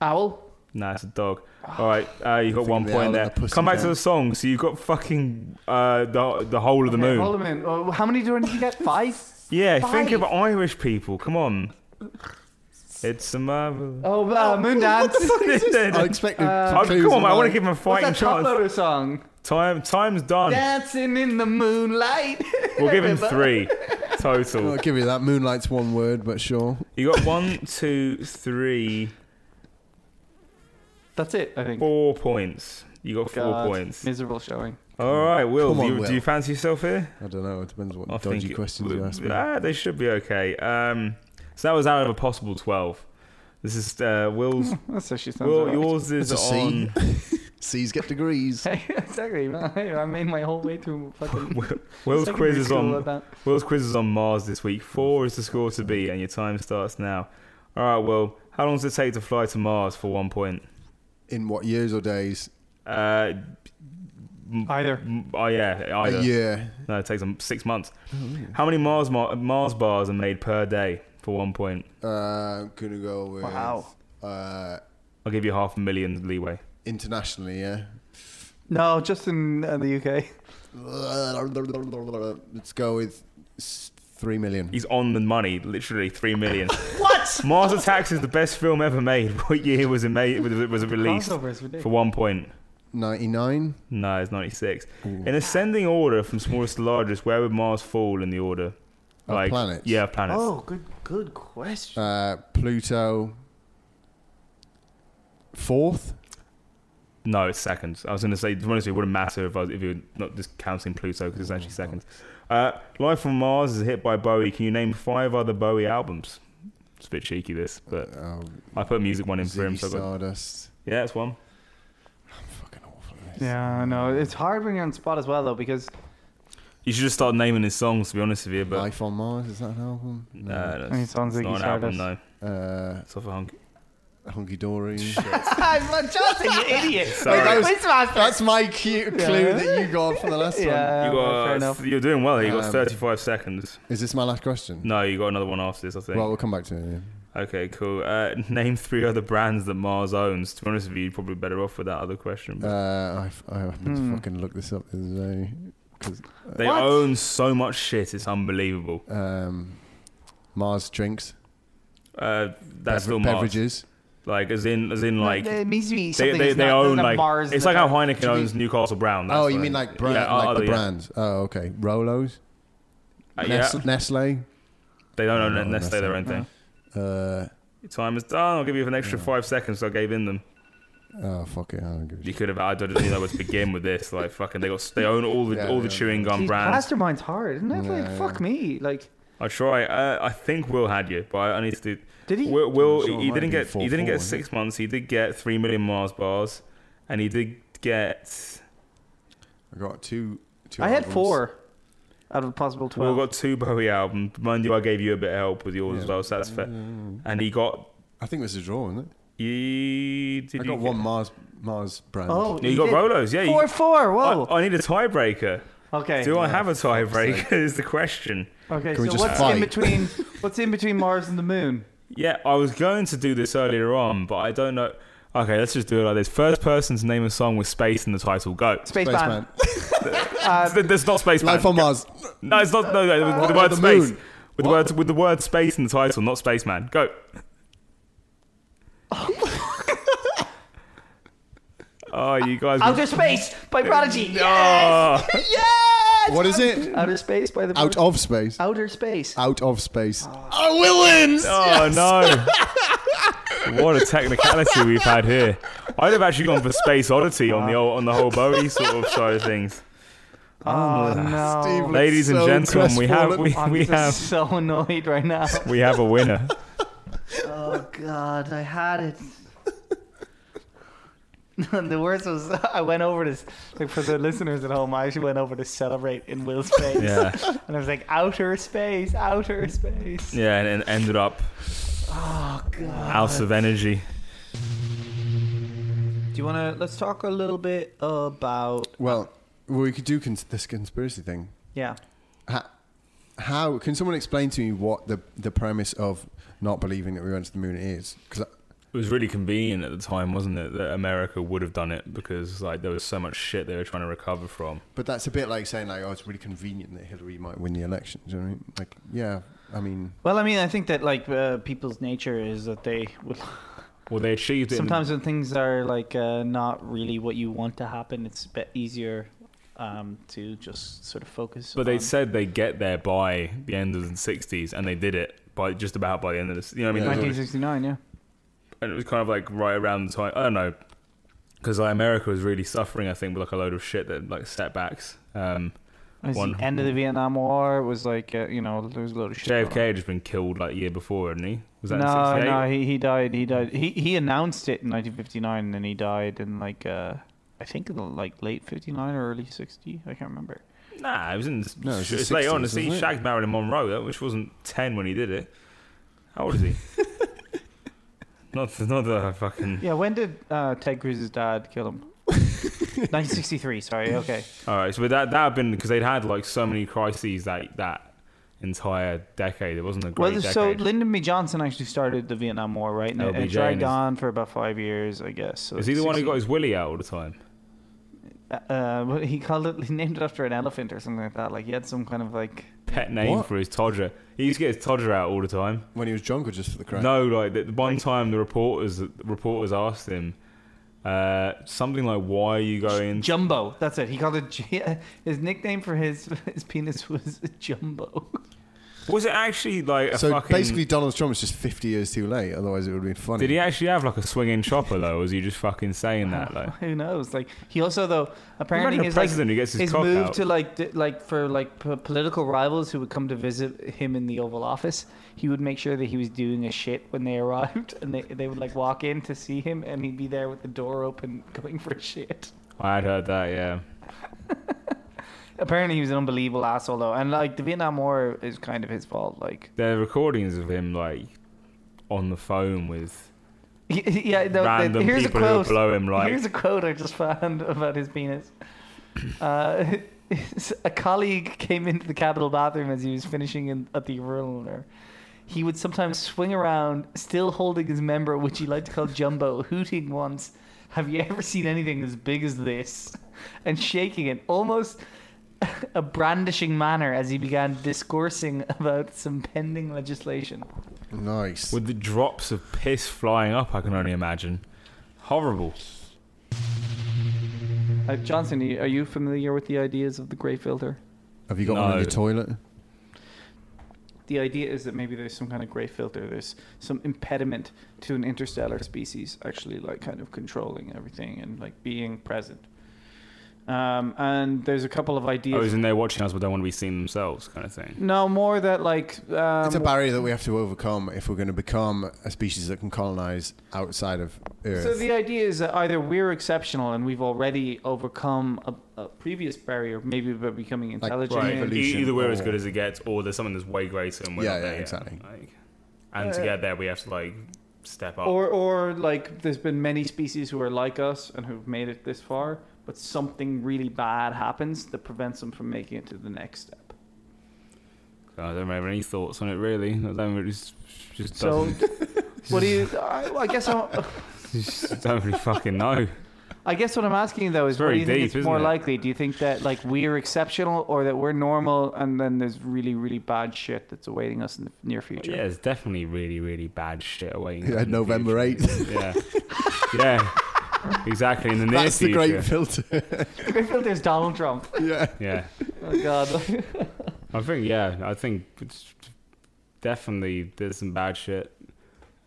Speaker 1: owl.
Speaker 2: Nah, it's a dog. All right, uh, you got
Speaker 3: Think
Speaker 2: one
Speaker 3: of the
Speaker 2: point
Speaker 3: owl
Speaker 2: there.
Speaker 3: and the pussy
Speaker 2: Come back to
Speaker 3: cat.
Speaker 2: the song. So you got fucking uh, the the whole of the
Speaker 1: Okay,
Speaker 2: moon.
Speaker 1: Hole of the moon. Oh, how many do I need to get? Five?
Speaker 2: Yeah, think
Speaker 1: Five.
Speaker 2: of Irish people. Come on. It's a marvel.
Speaker 1: Oh, uh, moon dance.
Speaker 3: I expect the
Speaker 1: Uh,
Speaker 2: Oh,
Speaker 3: clues
Speaker 2: come on,
Speaker 3: were
Speaker 2: man. I want to
Speaker 3: like-
Speaker 2: give him a
Speaker 1: What's
Speaker 2: fighting
Speaker 1: that top
Speaker 2: chance.
Speaker 1: loader song?
Speaker 2: Time, time's done.
Speaker 1: Dancing in the moonlight.
Speaker 2: We'll give him
Speaker 1: Remember?
Speaker 2: three
Speaker 3: I'll
Speaker 2: total.
Speaker 3: not give you that. Moonlight's one word, but sure.
Speaker 2: You got one, two, three,
Speaker 1: That's it, I think.
Speaker 2: four points. You got four
Speaker 1: God,
Speaker 2: points.
Speaker 1: Miserable showing.
Speaker 2: All right, Will,
Speaker 3: Come
Speaker 2: do
Speaker 3: on,
Speaker 2: you, do
Speaker 3: Will.
Speaker 2: you fancy yourself here?
Speaker 3: I don't know. It depends what dodgy
Speaker 2: it-
Speaker 3: questions you ask me.
Speaker 2: Ah, they should be okay. Um, so that was out of a possible twelve. This is uh, Will's.
Speaker 1: That's how she sounds.
Speaker 2: Will,
Speaker 1: alright.
Speaker 2: yours is
Speaker 3: That's a
Speaker 2: on.
Speaker 3: C. C's get degrees.
Speaker 1: Hey, exactly. Hey, I made my whole way through fucking.
Speaker 2: Will's
Speaker 1: secondary
Speaker 2: quiz is
Speaker 1: school
Speaker 2: on
Speaker 1: at that.
Speaker 2: Will's quiz is on Mars this week. Four is the score to beat, and your time starts now. All right, Will. How long does it take to fly to Mars for one point?
Speaker 3: In what years or days?
Speaker 2: Uh, m-
Speaker 1: Either.
Speaker 2: m- oh yeah, either.
Speaker 3: A year.
Speaker 2: No, it takes them six months.
Speaker 1: Oh,
Speaker 2: How many Mars mar- Mars bars are made per day for one point?
Speaker 3: Uh, I'm gonna go with.
Speaker 1: Wow.
Speaker 3: Uh,
Speaker 2: I'll give you half a million leeway.
Speaker 3: internationally, yeah.
Speaker 1: No, just in uh, the UK.
Speaker 3: Let's go with s- three million.
Speaker 2: He's on the money, literally three million.
Speaker 1: What?
Speaker 2: Mars Attacks is the best film ever made. What year was it made? Was it, was it released
Speaker 1: Crossover is
Speaker 2: for
Speaker 1: ridiculous.
Speaker 2: one point?
Speaker 3: Ninety-nine.
Speaker 2: No, it's ninety six.
Speaker 3: Ooh.
Speaker 2: In ascending order from smallest to largest, where would Mars fall in the order?
Speaker 3: Of planets?
Speaker 2: Yeah, planets.
Speaker 1: Oh, good, good question.
Speaker 3: Uh, Pluto. Fourth.
Speaker 2: No, it's seconds. I was going to say, honestly, it wouldn't matter if, I was, if you're not just counting Pluto because it's actually
Speaker 3: Oh,
Speaker 2: seconds. Uh, Life on Mars is a hit by Bowie. Can you name five other Bowie albums? It's a bit cheeky, this, but
Speaker 3: Oh,
Speaker 2: I put music one in for him.
Speaker 3: Ziggy
Speaker 2: So I got,
Speaker 3: Stardust.
Speaker 2: yeah, that's one.
Speaker 3: I'm fucking awful. at this.
Speaker 1: Yeah, no, it's hard when you're on spot as well though because
Speaker 2: You should just start naming his songs. To be honest with you, but
Speaker 3: Life on Mars is that an album?
Speaker 2: no, no,
Speaker 1: Any songs
Speaker 2: it's
Speaker 1: that you
Speaker 2: not an
Speaker 1: started?
Speaker 2: album. No,
Speaker 3: Uh,
Speaker 2: it's off a
Speaker 1: Um,
Speaker 2: hunk.
Speaker 3: Hunky Dory.
Speaker 1: I'm just an idiot.
Speaker 2: Sorry.
Speaker 3: That was-
Speaker 1: Quizmaster.
Speaker 3: That's my cue, clue
Speaker 1: Yeah.
Speaker 3: that you got for the last one.
Speaker 1: Yeah,
Speaker 2: you
Speaker 1: well,
Speaker 2: got,
Speaker 1: fair enough.
Speaker 2: You're doing well. You got
Speaker 3: Um,
Speaker 2: 35 seconds.
Speaker 3: Is this my last question?
Speaker 2: No, you got another one after this, I think.
Speaker 3: Well, we'll come back to it. Yeah.
Speaker 2: okay, cool. Uh, name three other brands that Mars owns. To be honest with you, you're probably better off with that other question. but
Speaker 3: Uh, I, f- I happened
Speaker 1: Hmm.
Speaker 3: to fucking look this up the other day. 'cause,
Speaker 2: they
Speaker 1: What?
Speaker 2: own so much shit. It's unbelievable.
Speaker 3: um, Mars drinks,
Speaker 2: Uh, that's
Speaker 3: bever-
Speaker 2: still Mars.
Speaker 3: beverages.
Speaker 2: Like as in, as in like.
Speaker 1: it needs to be
Speaker 2: They,
Speaker 1: something
Speaker 2: they,
Speaker 1: that's
Speaker 2: they
Speaker 1: not-
Speaker 2: own
Speaker 1: not
Speaker 2: like
Speaker 1: Mars
Speaker 2: it's
Speaker 1: that-
Speaker 2: like how Heineken
Speaker 3: Do you mean-
Speaker 2: owns Newcastle Brown. that's
Speaker 3: Oh, you
Speaker 2: what-
Speaker 3: mean like brand,
Speaker 2: yeah, uh,
Speaker 3: like
Speaker 2: other-
Speaker 3: the
Speaker 2: yeah.
Speaker 3: brands? Oh, okay. Rolos,
Speaker 2: Uh, yeah.
Speaker 3: Nes- Nestle.
Speaker 2: They don't own
Speaker 3: No,
Speaker 2: Nestle,
Speaker 3: Nestle.
Speaker 2: their own thing.
Speaker 1: No.
Speaker 3: Uh,
Speaker 2: Your time is done. I'll give you an extra
Speaker 3: Yeah.
Speaker 2: five seconds. So I gave in them.
Speaker 3: oh fuck it, I don't give a
Speaker 2: You
Speaker 3: shit.
Speaker 2: could have. I don't even know where to begin with this. Like fucking, they got they own all the
Speaker 3: Yeah,
Speaker 2: all the
Speaker 3: yeah.
Speaker 2: chewing gum
Speaker 1: Jeez,
Speaker 2: brands.
Speaker 1: Mastermind's hard, isn't it? Like,
Speaker 3: Yeah.
Speaker 1: fuck me. Like,
Speaker 2: I try. Uh, I think Will had you, but I, I need to do.
Speaker 1: did he?
Speaker 2: Will, Will
Speaker 3: Sure, it
Speaker 2: he
Speaker 3: might
Speaker 2: didn't
Speaker 3: be
Speaker 2: get
Speaker 3: four,
Speaker 2: he didn't
Speaker 3: four,
Speaker 2: get
Speaker 3: isn't it?
Speaker 2: six months. He did get three million Mars bars, and he did get.
Speaker 3: I got two. two
Speaker 1: I had
Speaker 3: albums.
Speaker 1: four out of a possible
Speaker 2: Will
Speaker 1: twelve.
Speaker 2: got two Bowie albums. Mind you, I gave you a bit of help with yours
Speaker 3: Yeah.
Speaker 2: as well, so that's fair.
Speaker 3: Mm.
Speaker 2: And he got.
Speaker 3: I think it was a draw, isn't it?
Speaker 2: He, did
Speaker 3: I
Speaker 2: you
Speaker 3: got
Speaker 2: get-
Speaker 3: one Mars Mars brand.
Speaker 1: oh,
Speaker 2: No, you got
Speaker 1: did.
Speaker 2: Rolos, yeah. you-
Speaker 1: Four, four. Whoa.
Speaker 2: I, I need a tiebreaker.
Speaker 1: okay.
Speaker 2: Do I
Speaker 3: Yeah,
Speaker 2: have a
Speaker 3: for fuck's
Speaker 2: tiebreaker? Is the question.
Speaker 1: Okay.
Speaker 3: Can we
Speaker 1: so
Speaker 3: just
Speaker 1: what's
Speaker 3: fight?
Speaker 1: in between? What's in between Mars and the Moon?
Speaker 2: Yeah, I was going to do this earlier on, but I don't know. Okay, let's just do it like this. First person to name a song with space in the title, go.
Speaker 1: Space,
Speaker 3: Space
Speaker 1: Band.
Speaker 3: Man.
Speaker 1: Uh,
Speaker 2: Th- There's not space. Man.
Speaker 3: Life on Mars.
Speaker 2: No, it's not. No, no, with the
Speaker 3: What?
Speaker 2: word
Speaker 3: The
Speaker 2: space.
Speaker 3: moon.
Speaker 2: With the word with the word space in the title, not spaceman. Go. oh, you guys.
Speaker 1: Outer Space by Prodigy. Yes.
Speaker 2: Oh,
Speaker 1: yes.
Speaker 3: What is it?
Speaker 1: Outer Space by the
Speaker 3: Out of space.
Speaker 1: Outer Space.
Speaker 3: Out of space.
Speaker 1: Ah.
Speaker 3: Oh, Will wins.
Speaker 2: oh no! What a technicality we've had here. I'd have actually gone for Space Oddity on the old, on the whole Bowie sort of side of things.
Speaker 1: Oh
Speaker 3: Steve
Speaker 1: no.
Speaker 3: Lake
Speaker 2: Ladies and
Speaker 3: So
Speaker 2: gentlemen, we have we,
Speaker 1: I'm
Speaker 2: we
Speaker 1: just
Speaker 2: have
Speaker 1: so annoyed right now.
Speaker 2: we have a winner.
Speaker 1: Oh god, I had it. the worst was I went over this like for the listeners at home. I actually went over to celebrate in Will's face,
Speaker 2: Yeah,
Speaker 1: and I was like, "Outer space, outer space."
Speaker 2: yeah, and, and ended up
Speaker 1: Oh god.
Speaker 2: House of Energy.
Speaker 1: Do you want to? Let's talk a little bit about
Speaker 3: Well, we could do cons- this conspiracy thing.
Speaker 1: yeah.
Speaker 3: How, how can someone explain to me what the the premise of not believing that we went to the moon is? Because
Speaker 2: It was really convenient at the time, wasn't it, that America would have done it because like there was so much shit they were trying to recover from.
Speaker 3: but that's a bit like saying like, oh, it's really convenient that Hillary might win the election. Do you know what I mean? Like, yeah, I mean,
Speaker 1: Well, I mean, I think that like uh, people's nature is that they will
Speaker 2: Well, they achieved it. in-
Speaker 1: sometimes when things are like uh, not really what you want to happen, it's a bit easier um, to just sort of focus.
Speaker 2: but they
Speaker 1: on-
Speaker 2: said they get there by the end of the '60s, and they did it by just about by the end of the. You know what I mean?
Speaker 3: Yeah.
Speaker 2: There was
Speaker 1: 1969, yeah.
Speaker 2: and it was kind of like right around the time. I don't know, because like America was really suffering. I think with like a load of shit that like setbacks. Um,
Speaker 1: It was
Speaker 2: One-
Speaker 1: the end of the Vietnam War. It was like uh, you know there was a lot of shit. going
Speaker 2: JFK had just been killed like a year before, hadn't he? Was that
Speaker 1: on. No,
Speaker 2: in
Speaker 1: no,
Speaker 2: '68?
Speaker 1: he, he died. He died. He he announced it in 1959, and then he died in like uh, I think in the, like late 59 or early 60. I can't remember.
Speaker 2: Nah, it was in.
Speaker 3: No, it was the
Speaker 2: it's late on.
Speaker 3: 60s,
Speaker 2: He
Speaker 3: wasn't it?
Speaker 2: shagged Marilyn Monroe, that which wasn't ten when he did it. How old is he? not, not that I fucking.
Speaker 1: Yeah, when did uh, Ted Cruz's dad kill him? 1963. Sorry. Okay.
Speaker 2: All right, so that that had been because they'd had like so many crises that that entire decade. It wasn't a great
Speaker 1: Well, so
Speaker 2: decade.
Speaker 1: Lyndon B. Johnson actually started the Vietnam War, right? And it,
Speaker 2: LBJ
Speaker 1: it dragged
Speaker 2: and his-
Speaker 1: on for about five years, I guess. So
Speaker 2: is he the one who got his willy out all the time?
Speaker 1: Uh, uh, what- he called it. He named it after an elephant or something like that. Like he had some kind of like.
Speaker 2: Pet name
Speaker 3: What?
Speaker 2: for his todger. He used to get his todger out all the time.
Speaker 3: when he was drunk or just for the crack.
Speaker 2: No, like the, the one time the reporters the reporters asked him uh, something like, "Why are you going?"
Speaker 1: Jumbo. That's it. He called it. J- His nickname for his his penis was Jumbo.
Speaker 2: Was it actually like a
Speaker 3: So
Speaker 2: fucking?
Speaker 3: basically, Donald Trump was just 50 years too late. Otherwise, it would have been funny.
Speaker 2: did he actually have like a swinging chopper though? Or was he just fucking saying that? Like,
Speaker 1: Who knows? Like he also though apparently
Speaker 2: apparently a
Speaker 1: his like
Speaker 2: president who gets his,
Speaker 1: his
Speaker 2: cock
Speaker 1: move
Speaker 2: out.
Speaker 1: to like d- like for like p- political rivals who would come to visit him in the Oval Office, he would make sure that he was doing a shit when they arrived, and they they would like walk in to see him, and he'd be there with the door open, going for a shit.
Speaker 2: I had heard that. Yeah,
Speaker 1: apparently he was an unbelievable asshole though, and like the Vietnam War is kind of his fault. Like,
Speaker 2: There are recordings of him like on the phone with
Speaker 1: yeah, no,
Speaker 2: random
Speaker 1: the, here's a
Speaker 2: people who
Speaker 1: quote.
Speaker 2: would blow him like
Speaker 1: Here's a quote I just found about his penis. Uh, a colleague came into the Capitol bathroom as he was finishing in, at the urinal. He would sometimes swing around, still holding his member, which he liked to call Jumbo, hooting once, Have you ever seen anything as big as this? And shaking it, almost a brandishing manner, as he began discoursing about some pending legislation.
Speaker 3: Nice.
Speaker 2: with the drops of piss flying up. I can only imagine. Horrible.
Speaker 1: Uh, Johnson, are you familiar with the ideas of the grey filter?
Speaker 3: Have you got one in
Speaker 2: No.
Speaker 3: the toilet?
Speaker 1: the idea is that maybe there's some kind of gray filter there's some impediment to an interstellar species actually like kind of controlling everything and like being present um, and there's a couple of
Speaker 2: I
Speaker 3: Oh,
Speaker 2: was
Speaker 1: ideas
Speaker 2: in there watching us, but don't want to be seen themselves, kind of thing.
Speaker 1: no more that like um,
Speaker 3: it's a barrier that we have to overcome if we're going to become a species that can colonize outside of Earth.
Speaker 1: So the idea is that either we're exceptional and we've already overcome a, a previous barrier, maybe by becoming intelligent.
Speaker 3: Right.
Speaker 1: and-
Speaker 2: E- Either we're as
Speaker 3: or-
Speaker 2: good as it gets, or there's something that's way greater, and we're
Speaker 3: Yeah,
Speaker 2: not
Speaker 3: yeah,
Speaker 2: there yet.
Speaker 3: exactly.
Speaker 2: Like, and to get there, we have to like step up.
Speaker 1: Uh, Or, or like, there's been many species who are like us and who've made it this far, but something really bad happens that prevents them from making it to the next step.
Speaker 2: I don't remember any thoughts on it really. I don't really, just, just
Speaker 1: So,
Speaker 2: doesn't-
Speaker 1: what do you? I, well, I guess I'm,
Speaker 2: just don't really fucking know.
Speaker 1: I guess what I'm asking though is,
Speaker 2: It's
Speaker 1: what do
Speaker 2: very
Speaker 1: you think
Speaker 2: deep,
Speaker 1: is
Speaker 2: isn't
Speaker 1: more
Speaker 2: it?
Speaker 1: likely? Do you think that like we're exceptional, or that we're normal, and then there's really, really bad shit that's awaiting us in the near future?
Speaker 2: Yeah, it's definitely really, really bad shit away. in
Speaker 3: Yeah,
Speaker 2: the
Speaker 3: November
Speaker 2: future. Yeah, yeah, exactly. In the near
Speaker 3: That's the
Speaker 2: future.
Speaker 3: great filter.
Speaker 1: I feel there's Donald Trump.
Speaker 3: yeah.
Speaker 2: yeah,
Speaker 1: Oh God.
Speaker 2: I think yeah, I think it's definitely there's some bad shit.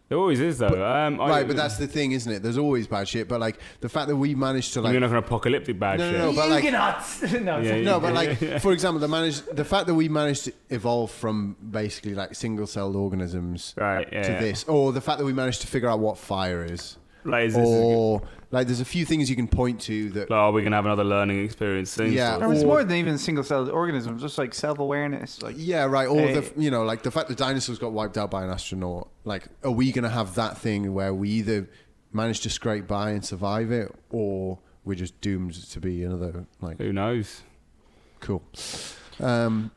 Speaker 2: There always is though. um, I-
Speaker 3: Right, but that's the thing, isn't it? There's always bad shit, but like the fact that we managed to
Speaker 2: you're
Speaker 3: like
Speaker 2: not an apocalyptic bad
Speaker 3: No, no,
Speaker 2: shit.
Speaker 3: no, but
Speaker 1: you
Speaker 3: like-
Speaker 1: cannot. no.
Speaker 2: Yeah,
Speaker 1: it's-
Speaker 2: yeah.
Speaker 3: no, but like for example, the managed the fact that we managed to evolve from basically like single celled organisms
Speaker 2: Right, yeah.
Speaker 3: to this, or the fact that we managed to figure out what fire is,
Speaker 2: Like, is this
Speaker 3: or like there's a few things you can point to that.
Speaker 2: like, are we gonna have another learning experience soon?
Speaker 3: Yeah.
Speaker 2: sort of?
Speaker 1: No, it's
Speaker 3: Or-
Speaker 1: more than even single-celled organisms. Just like self-awareness. Like
Speaker 3: Yeah, right. Or
Speaker 1: Hey.
Speaker 3: the you know like the fact that dinosaurs got wiped out by an astronaut. Like, are we going to have that thing where we either manage to scrape by and survive it, or we're just doomed to be another like
Speaker 2: Who knows?
Speaker 3: cool. Um,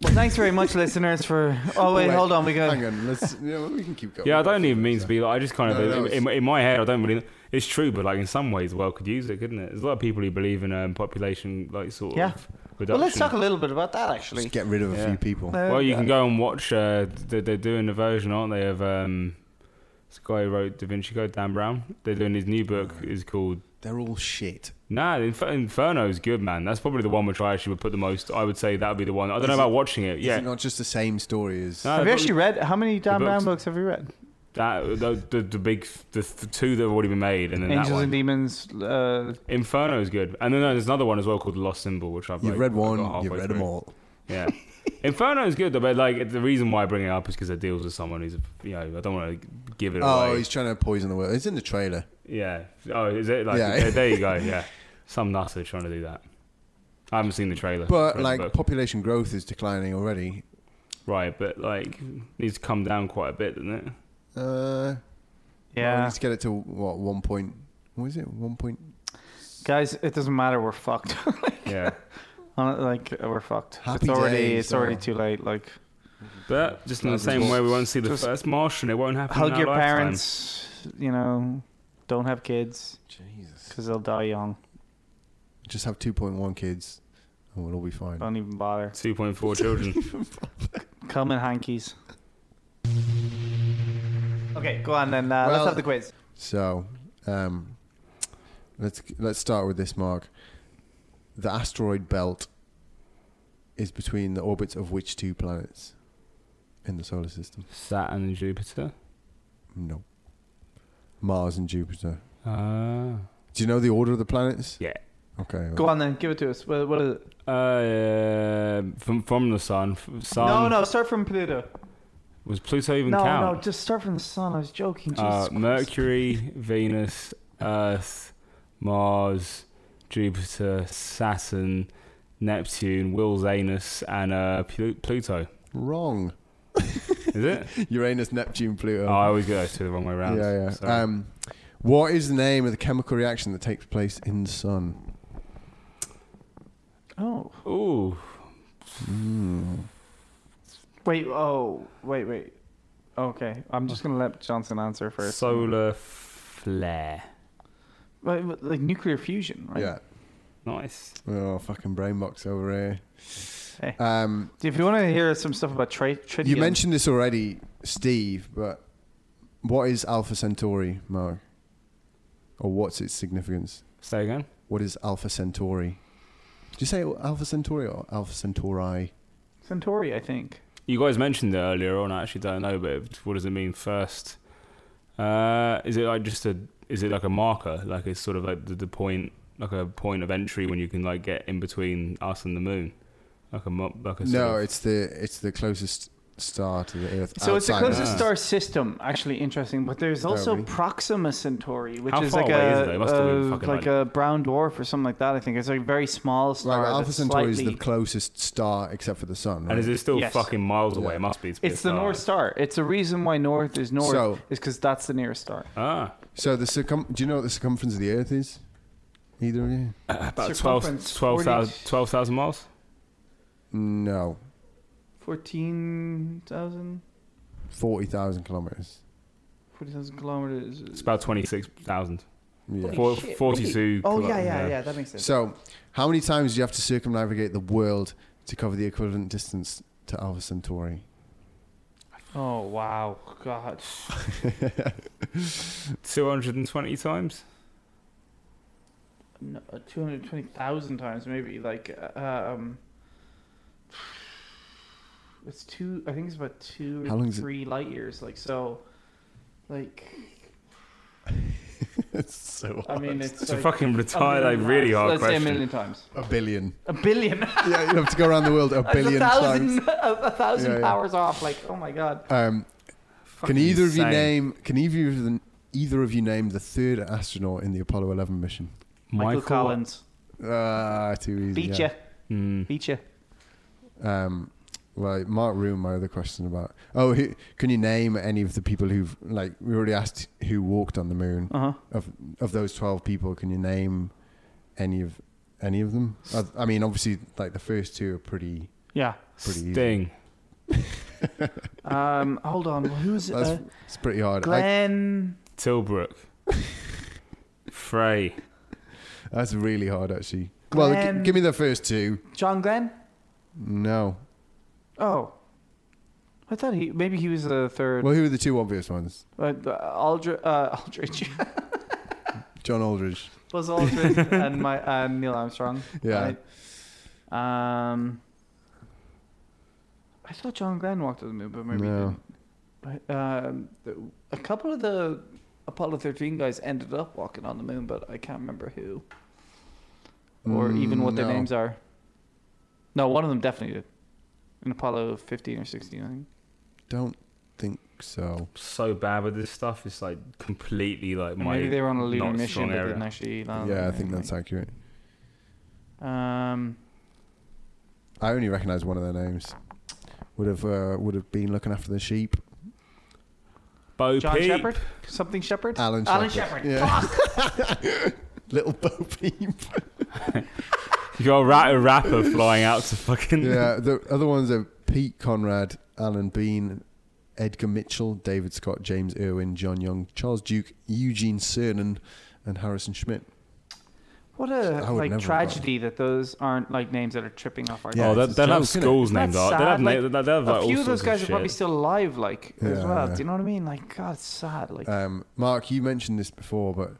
Speaker 1: Well, thanks very much, listeners, for. Oh wait,
Speaker 3: wait,
Speaker 1: hold on. We got.
Speaker 3: Hang on, let's. Yeah, well, we can keep going.
Speaker 2: Yeah, I don't even mean to be like. I just kind of
Speaker 3: No, no,
Speaker 2: in, in my head. I don't really. It's true, but like in some ways, the world could use it, couldn't it? There's a lot of people who believe in um, population like sort
Speaker 1: Yeah.
Speaker 2: of
Speaker 1: Well,
Speaker 2: reduction.
Speaker 1: let's talk a little bit about that
Speaker 3: Just
Speaker 1: actually.
Speaker 3: get rid of a
Speaker 2: Yeah.
Speaker 3: few people.
Speaker 1: Uh,
Speaker 2: well, you can go and watch. Uh, they're, they're doing a version, aren't they, of um, this guy who wrote Da Vinci Code, Dan Brown. They're doing his new book. is called
Speaker 3: They're all shit.
Speaker 2: Nah. Infer- Inferno's good, man. That's probably the one which I actually would put the most. I would say that would be the one. I don't
Speaker 3: Is
Speaker 2: know
Speaker 3: it-
Speaker 2: about watching it.
Speaker 3: Is
Speaker 2: Yeah.
Speaker 3: it not just the same story as.
Speaker 2: No,
Speaker 1: Have you
Speaker 2: but-
Speaker 1: actually read how many Dan
Speaker 2: books.
Speaker 1: Brown books have you read?
Speaker 2: That the, the, the big the, the two that have already been made, and then that
Speaker 1: Angels
Speaker 2: one.
Speaker 1: and Demons. Uh,
Speaker 2: Inferno is good, and then there's another one as well called The Lost Symbol, which I've
Speaker 3: you've
Speaker 2: like,
Speaker 3: read
Speaker 2: got
Speaker 3: one,
Speaker 2: halfway
Speaker 3: you've read
Speaker 2: through.
Speaker 3: them all.
Speaker 2: Yeah, Inferno is good, but like the reason why I bring it up is because it deals with someone who's you know I don't want to give it
Speaker 3: Oh,
Speaker 2: away.
Speaker 3: he's trying to poison the world. It's in the trailer.
Speaker 2: Yeah. Oh, is it like
Speaker 3: Yeah.
Speaker 2: there, there you go? Yeah, some nuts are trying to do that. I haven't seen the trailer, read
Speaker 3: But
Speaker 2: the
Speaker 3: like
Speaker 2: book.
Speaker 3: population growth is declining already.
Speaker 2: right, but like needs to come down quite a bit, doesn't it?
Speaker 3: Uh, well,
Speaker 1: yeah,
Speaker 3: let's get it to what one point. What is it? One point.
Speaker 1: guys, it doesn't matter. We're fucked.
Speaker 2: Yeah,
Speaker 1: Hon- like we're fucked.
Speaker 3: Happy
Speaker 1: it's already
Speaker 3: days,
Speaker 1: it's already
Speaker 3: though.
Speaker 1: too late. Like
Speaker 2: but just in the
Speaker 3: That's
Speaker 2: same way, we won't see the
Speaker 1: just-
Speaker 2: first Martian. It won't happen. in
Speaker 1: hug
Speaker 2: our
Speaker 1: your
Speaker 2: lifetime.
Speaker 1: parents. You know, don't have kids
Speaker 3: Jesus.
Speaker 1: because they'll die young.
Speaker 3: Just have two point one kids, and we'll all be fine.
Speaker 1: Don't even bother.
Speaker 2: Two point four children.
Speaker 1: Come in hankies. Okay, go on then. Uh, let's
Speaker 3: Well-
Speaker 1: have the quiz.
Speaker 3: So, um, let's let's start with this, Mark. The asteroid belt is between the orbits of which two planets in the solar system?
Speaker 2: Saturn and Jupiter.
Speaker 3: No. Mars and Jupiter.
Speaker 2: Ah.
Speaker 3: Do you know the order of the planets?
Speaker 2: Yeah.
Speaker 3: Okay. well,
Speaker 1: Go on then. Give it to us. What, what is it?
Speaker 2: Uh, Ah, from from the sun. F- Sun.
Speaker 1: No, no. Start from Pluto.
Speaker 2: Was Pluto even
Speaker 1: No, no.
Speaker 2: count?
Speaker 1: Just start from the sun. I was joking. Jesus
Speaker 2: uh,
Speaker 1: Christ.
Speaker 2: Mercury, Venus, Earth, Mars, Jupiter, Saturn, Neptune, Will's anus, and uh, Plu- Pluto.
Speaker 3: Wrong.
Speaker 2: Is it?
Speaker 3: Uranus, Neptune, Pluto.
Speaker 2: oh, I always go to the wrong way around.
Speaker 3: yeah, yeah.
Speaker 2: Sorry.
Speaker 3: Um, what is the name of the chemical reaction that takes place in the sun?
Speaker 1: Oh
Speaker 2: Ooh,
Speaker 3: Hmm,
Speaker 1: wait. Oh wait. Wait. Okay. I'm just gonna let Johnson answer first.
Speaker 2: solar flare.
Speaker 1: Wait, wait, like nuclear fusion, right?
Speaker 3: Yeah.
Speaker 2: Nice.
Speaker 3: Oh, fucking brain box over here.
Speaker 1: Hey.
Speaker 3: Um,
Speaker 1: If you want to hear some stuff about tri- tritium,
Speaker 3: you mentioned this already, Steve, but what is Alpha Centauri, Mark? Or what's its significance?
Speaker 2: Say again.
Speaker 3: What is Alpha Centauri? Did you say Alpha Centauri or Alpha Centauri?
Speaker 1: Centauri, I think.
Speaker 2: You guys mentioned it earlier on. I actually don't know, but it- what does it mean first? Uh, is it like just a? Is it like a marker? Like it's sort of like the, the point, like a point of entry when you can like get in between us and the moon, like a mo- like a. sort
Speaker 3: No,
Speaker 2: of-
Speaker 3: it's the it's the closest star to the Earth.
Speaker 1: So it's the
Speaker 3: outside of
Speaker 1: closest
Speaker 2: Ah.
Speaker 3: us.
Speaker 1: star system, actually interesting. But there's
Speaker 3: Oh,
Speaker 1: also
Speaker 3: really?
Speaker 1: Proxima Centauri, which
Speaker 2: How
Speaker 1: is
Speaker 2: far
Speaker 1: like
Speaker 2: away
Speaker 1: a,
Speaker 2: is it? It must have been
Speaker 1: uh,
Speaker 2: fucking
Speaker 1: like
Speaker 2: like-
Speaker 1: a brown dwarf or something like that. I think it's like a very small
Speaker 3: Right,
Speaker 1: star.
Speaker 3: but Alpha
Speaker 1: that's
Speaker 3: Centauri is
Speaker 1: slightly-
Speaker 3: the closest star except for the sun. Right?
Speaker 2: and is it still
Speaker 1: Yes.
Speaker 2: fucking miles away?
Speaker 3: Yeah.
Speaker 2: It must be. to be
Speaker 1: It's
Speaker 2: a
Speaker 1: the
Speaker 2: star.
Speaker 1: North Star. It's the reason why North is North
Speaker 3: So-
Speaker 1: is because that's the nearest star.
Speaker 2: Ah,
Speaker 3: so the circum. Do you know what the circumference of the Earth is? Either of you?
Speaker 2: about
Speaker 1: Circumference,
Speaker 2: 12 12,000
Speaker 1: 40
Speaker 2: 12,000 miles.
Speaker 3: No,
Speaker 1: Fourteen thousand,
Speaker 3: forty thousand kilometers.
Speaker 1: forty thousand kilometers.
Speaker 2: It's about twenty six thousand.
Speaker 3: Yeah.
Speaker 2: Four,
Speaker 1: shit,
Speaker 2: Forty two.
Speaker 1: Oh yeah, yeah, yeah. That makes sense.
Speaker 3: So, how many times do you have to circumnavigate the world to cover the equivalent distance to Alpha Centauri?
Speaker 1: oh wow, God.
Speaker 2: Two hundred and twenty times.
Speaker 1: no, 220,000 times maybe like uh, um it's two i think it's about two
Speaker 3: How
Speaker 1: or
Speaker 3: long's it-
Speaker 1: three light years like so like
Speaker 3: it's so
Speaker 1: i mean it's
Speaker 2: It's
Speaker 1: like
Speaker 2: a fucking retired, like
Speaker 1: million
Speaker 2: really
Speaker 1: times.
Speaker 2: hard
Speaker 1: let's say a
Speaker 2: question.
Speaker 1: million times
Speaker 3: a billion.
Speaker 1: a billion
Speaker 3: yeah, you have to go around the world a billion
Speaker 1: a
Speaker 3: times.
Speaker 1: thousand a, a thousand
Speaker 3: Yeah, yeah.
Speaker 1: powers off like oh my god
Speaker 3: Um,
Speaker 2: Fucking
Speaker 3: can either of you
Speaker 2: insane.
Speaker 3: name? Can either of the, either of you name the third astronaut in the Apollo Eleven mission?
Speaker 1: michael,
Speaker 2: Michael-
Speaker 1: collins
Speaker 3: Ah, too easy.
Speaker 1: beat
Speaker 3: yeah.
Speaker 1: ya
Speaker 2: Mm.
Speaker 1: beat ya
Speaker 3: Um, well, Mark ruined my other question about. Oh, who, can you name any of the people who've like we already asked who walked on the moon?
Speaker 1: uh-huh
Speaker 3: Of those twelve people, can you name any of any of them? I, I mean, obviously, like the first two are pretty.
Speaker 1: yeah
Speaker 3: Pretty easy.
Speaker 2: Sting.
Speaker 1: um hold on who is it
Speaker 3: That's
Speaker 1: uh,
Speaker 3: it's pretty hard. I,
Speaker 1: glenn
Speaker 2: Tilbrook. Frey.
Speaker 3: that's really hard, actually. Well, g-
Speaker 1: Glenn-
Speaker 3: give me the first two.
Speaker 1: john glenn
Speaker 3: No.
Speaker 1: Oh. I thought he maybe he was the third.
Speaker 3: Well, who are the two obvious ones?
Speaker 1: Uh, the Aldri- uh, Aldridge,
Speaker 3: John Aldridge.
Speaker 1: Buzz Aldridge, and my uh, Neil Armstrong.
Speaker 3: Yeah.
Speaker 1: Right. Um. I thought John Glenn walked to the moon, but maybe
Speaker 3: No.
Speaker 1: he didn't. But, um, the- a couple of the Apollo 13 guys ended up walking on the moon, but I can't remember who or even
Speaker 3: Mm,
Speaker 1: what their
Speaker 3: no.
Speaker 1: names are. No, one of them definitely did. In Apollo 15 or 16, I think.
Speaker 3: Don't think so.
Speaker 2: So bad with this stuff. It's like completely like
Speaker 1: And
Speaker 2: my.
Speaker 1: maybe they were on a lunar
Speaker 2: not
Speaker 1: mission
Speaker 2: strong
Speaker 1: but
Speaker 2: area.
Speaker 1: didn't actually land.
Speaker 3: yeah, I
Speaker 1: on the
Speaker 3: think
Speaker 1: moon,
Speaker 3: that's accurate.
Speaker 1: right? Um.
Speaker 3: I only recognise one of their names. Would have uh, would have been looking after the sheep.
Speaker 2: Bo
Speaker 1: John
Speaker 2: Peep.
Speaker 1: Shepherd? Something Shepherd?
Speaker 3: Alan
Speaker 1: Alan
Speaker 3: Shepherd.
Speaker 1: Shepherd.
Speaker 3: Yeah. Little Bo Peep.
Speaker 2: You got a, ra- a rapper flying out to fucking.
Speaker 3: yeah, the other ones are Pete Conrad, Alan Bean, Edgar Mitchell, David Scott, James Irwin, John Young, Charles Duke, Eugene Cernan, and Harrison Schmidt.
Speaker 1: What a
Speaker 3: I would never
Speaker 1: like
Speaker 3: have
Speaker 1: tragedy that those aren't like names that are tripping off our.
Speaker 3: Yeah,
Speaker 2: oh,
Speaker 1: tongues.
Speaker 2: they,
Speaker 3: it's a
Speaker 2: they'll have
Speaker 3: joke, innit?
Speaker 2: schools
Speaker 1: Isn't that
Speaker 2: named after.
Speaker 1: sad?
Speaker 2: They'll have,
Speaker 1: Like,
Speaker 2: na- they'll have like
Speaker 1: a few
Speaker 2: all
Speaker 1: of those
Speaker 2: sorts
Speaker 1: guys are
Speaker 2: shit.
Speaker 1: probably still alive, like as
Speaker 3: Yeah,
Speaker 1: well.
Speaker 3: yeah.
Speaker 1: Do you know what I mean? Like, God, it's sad. Like,
Speaker 3: Um, Mark, you mentioned this before, but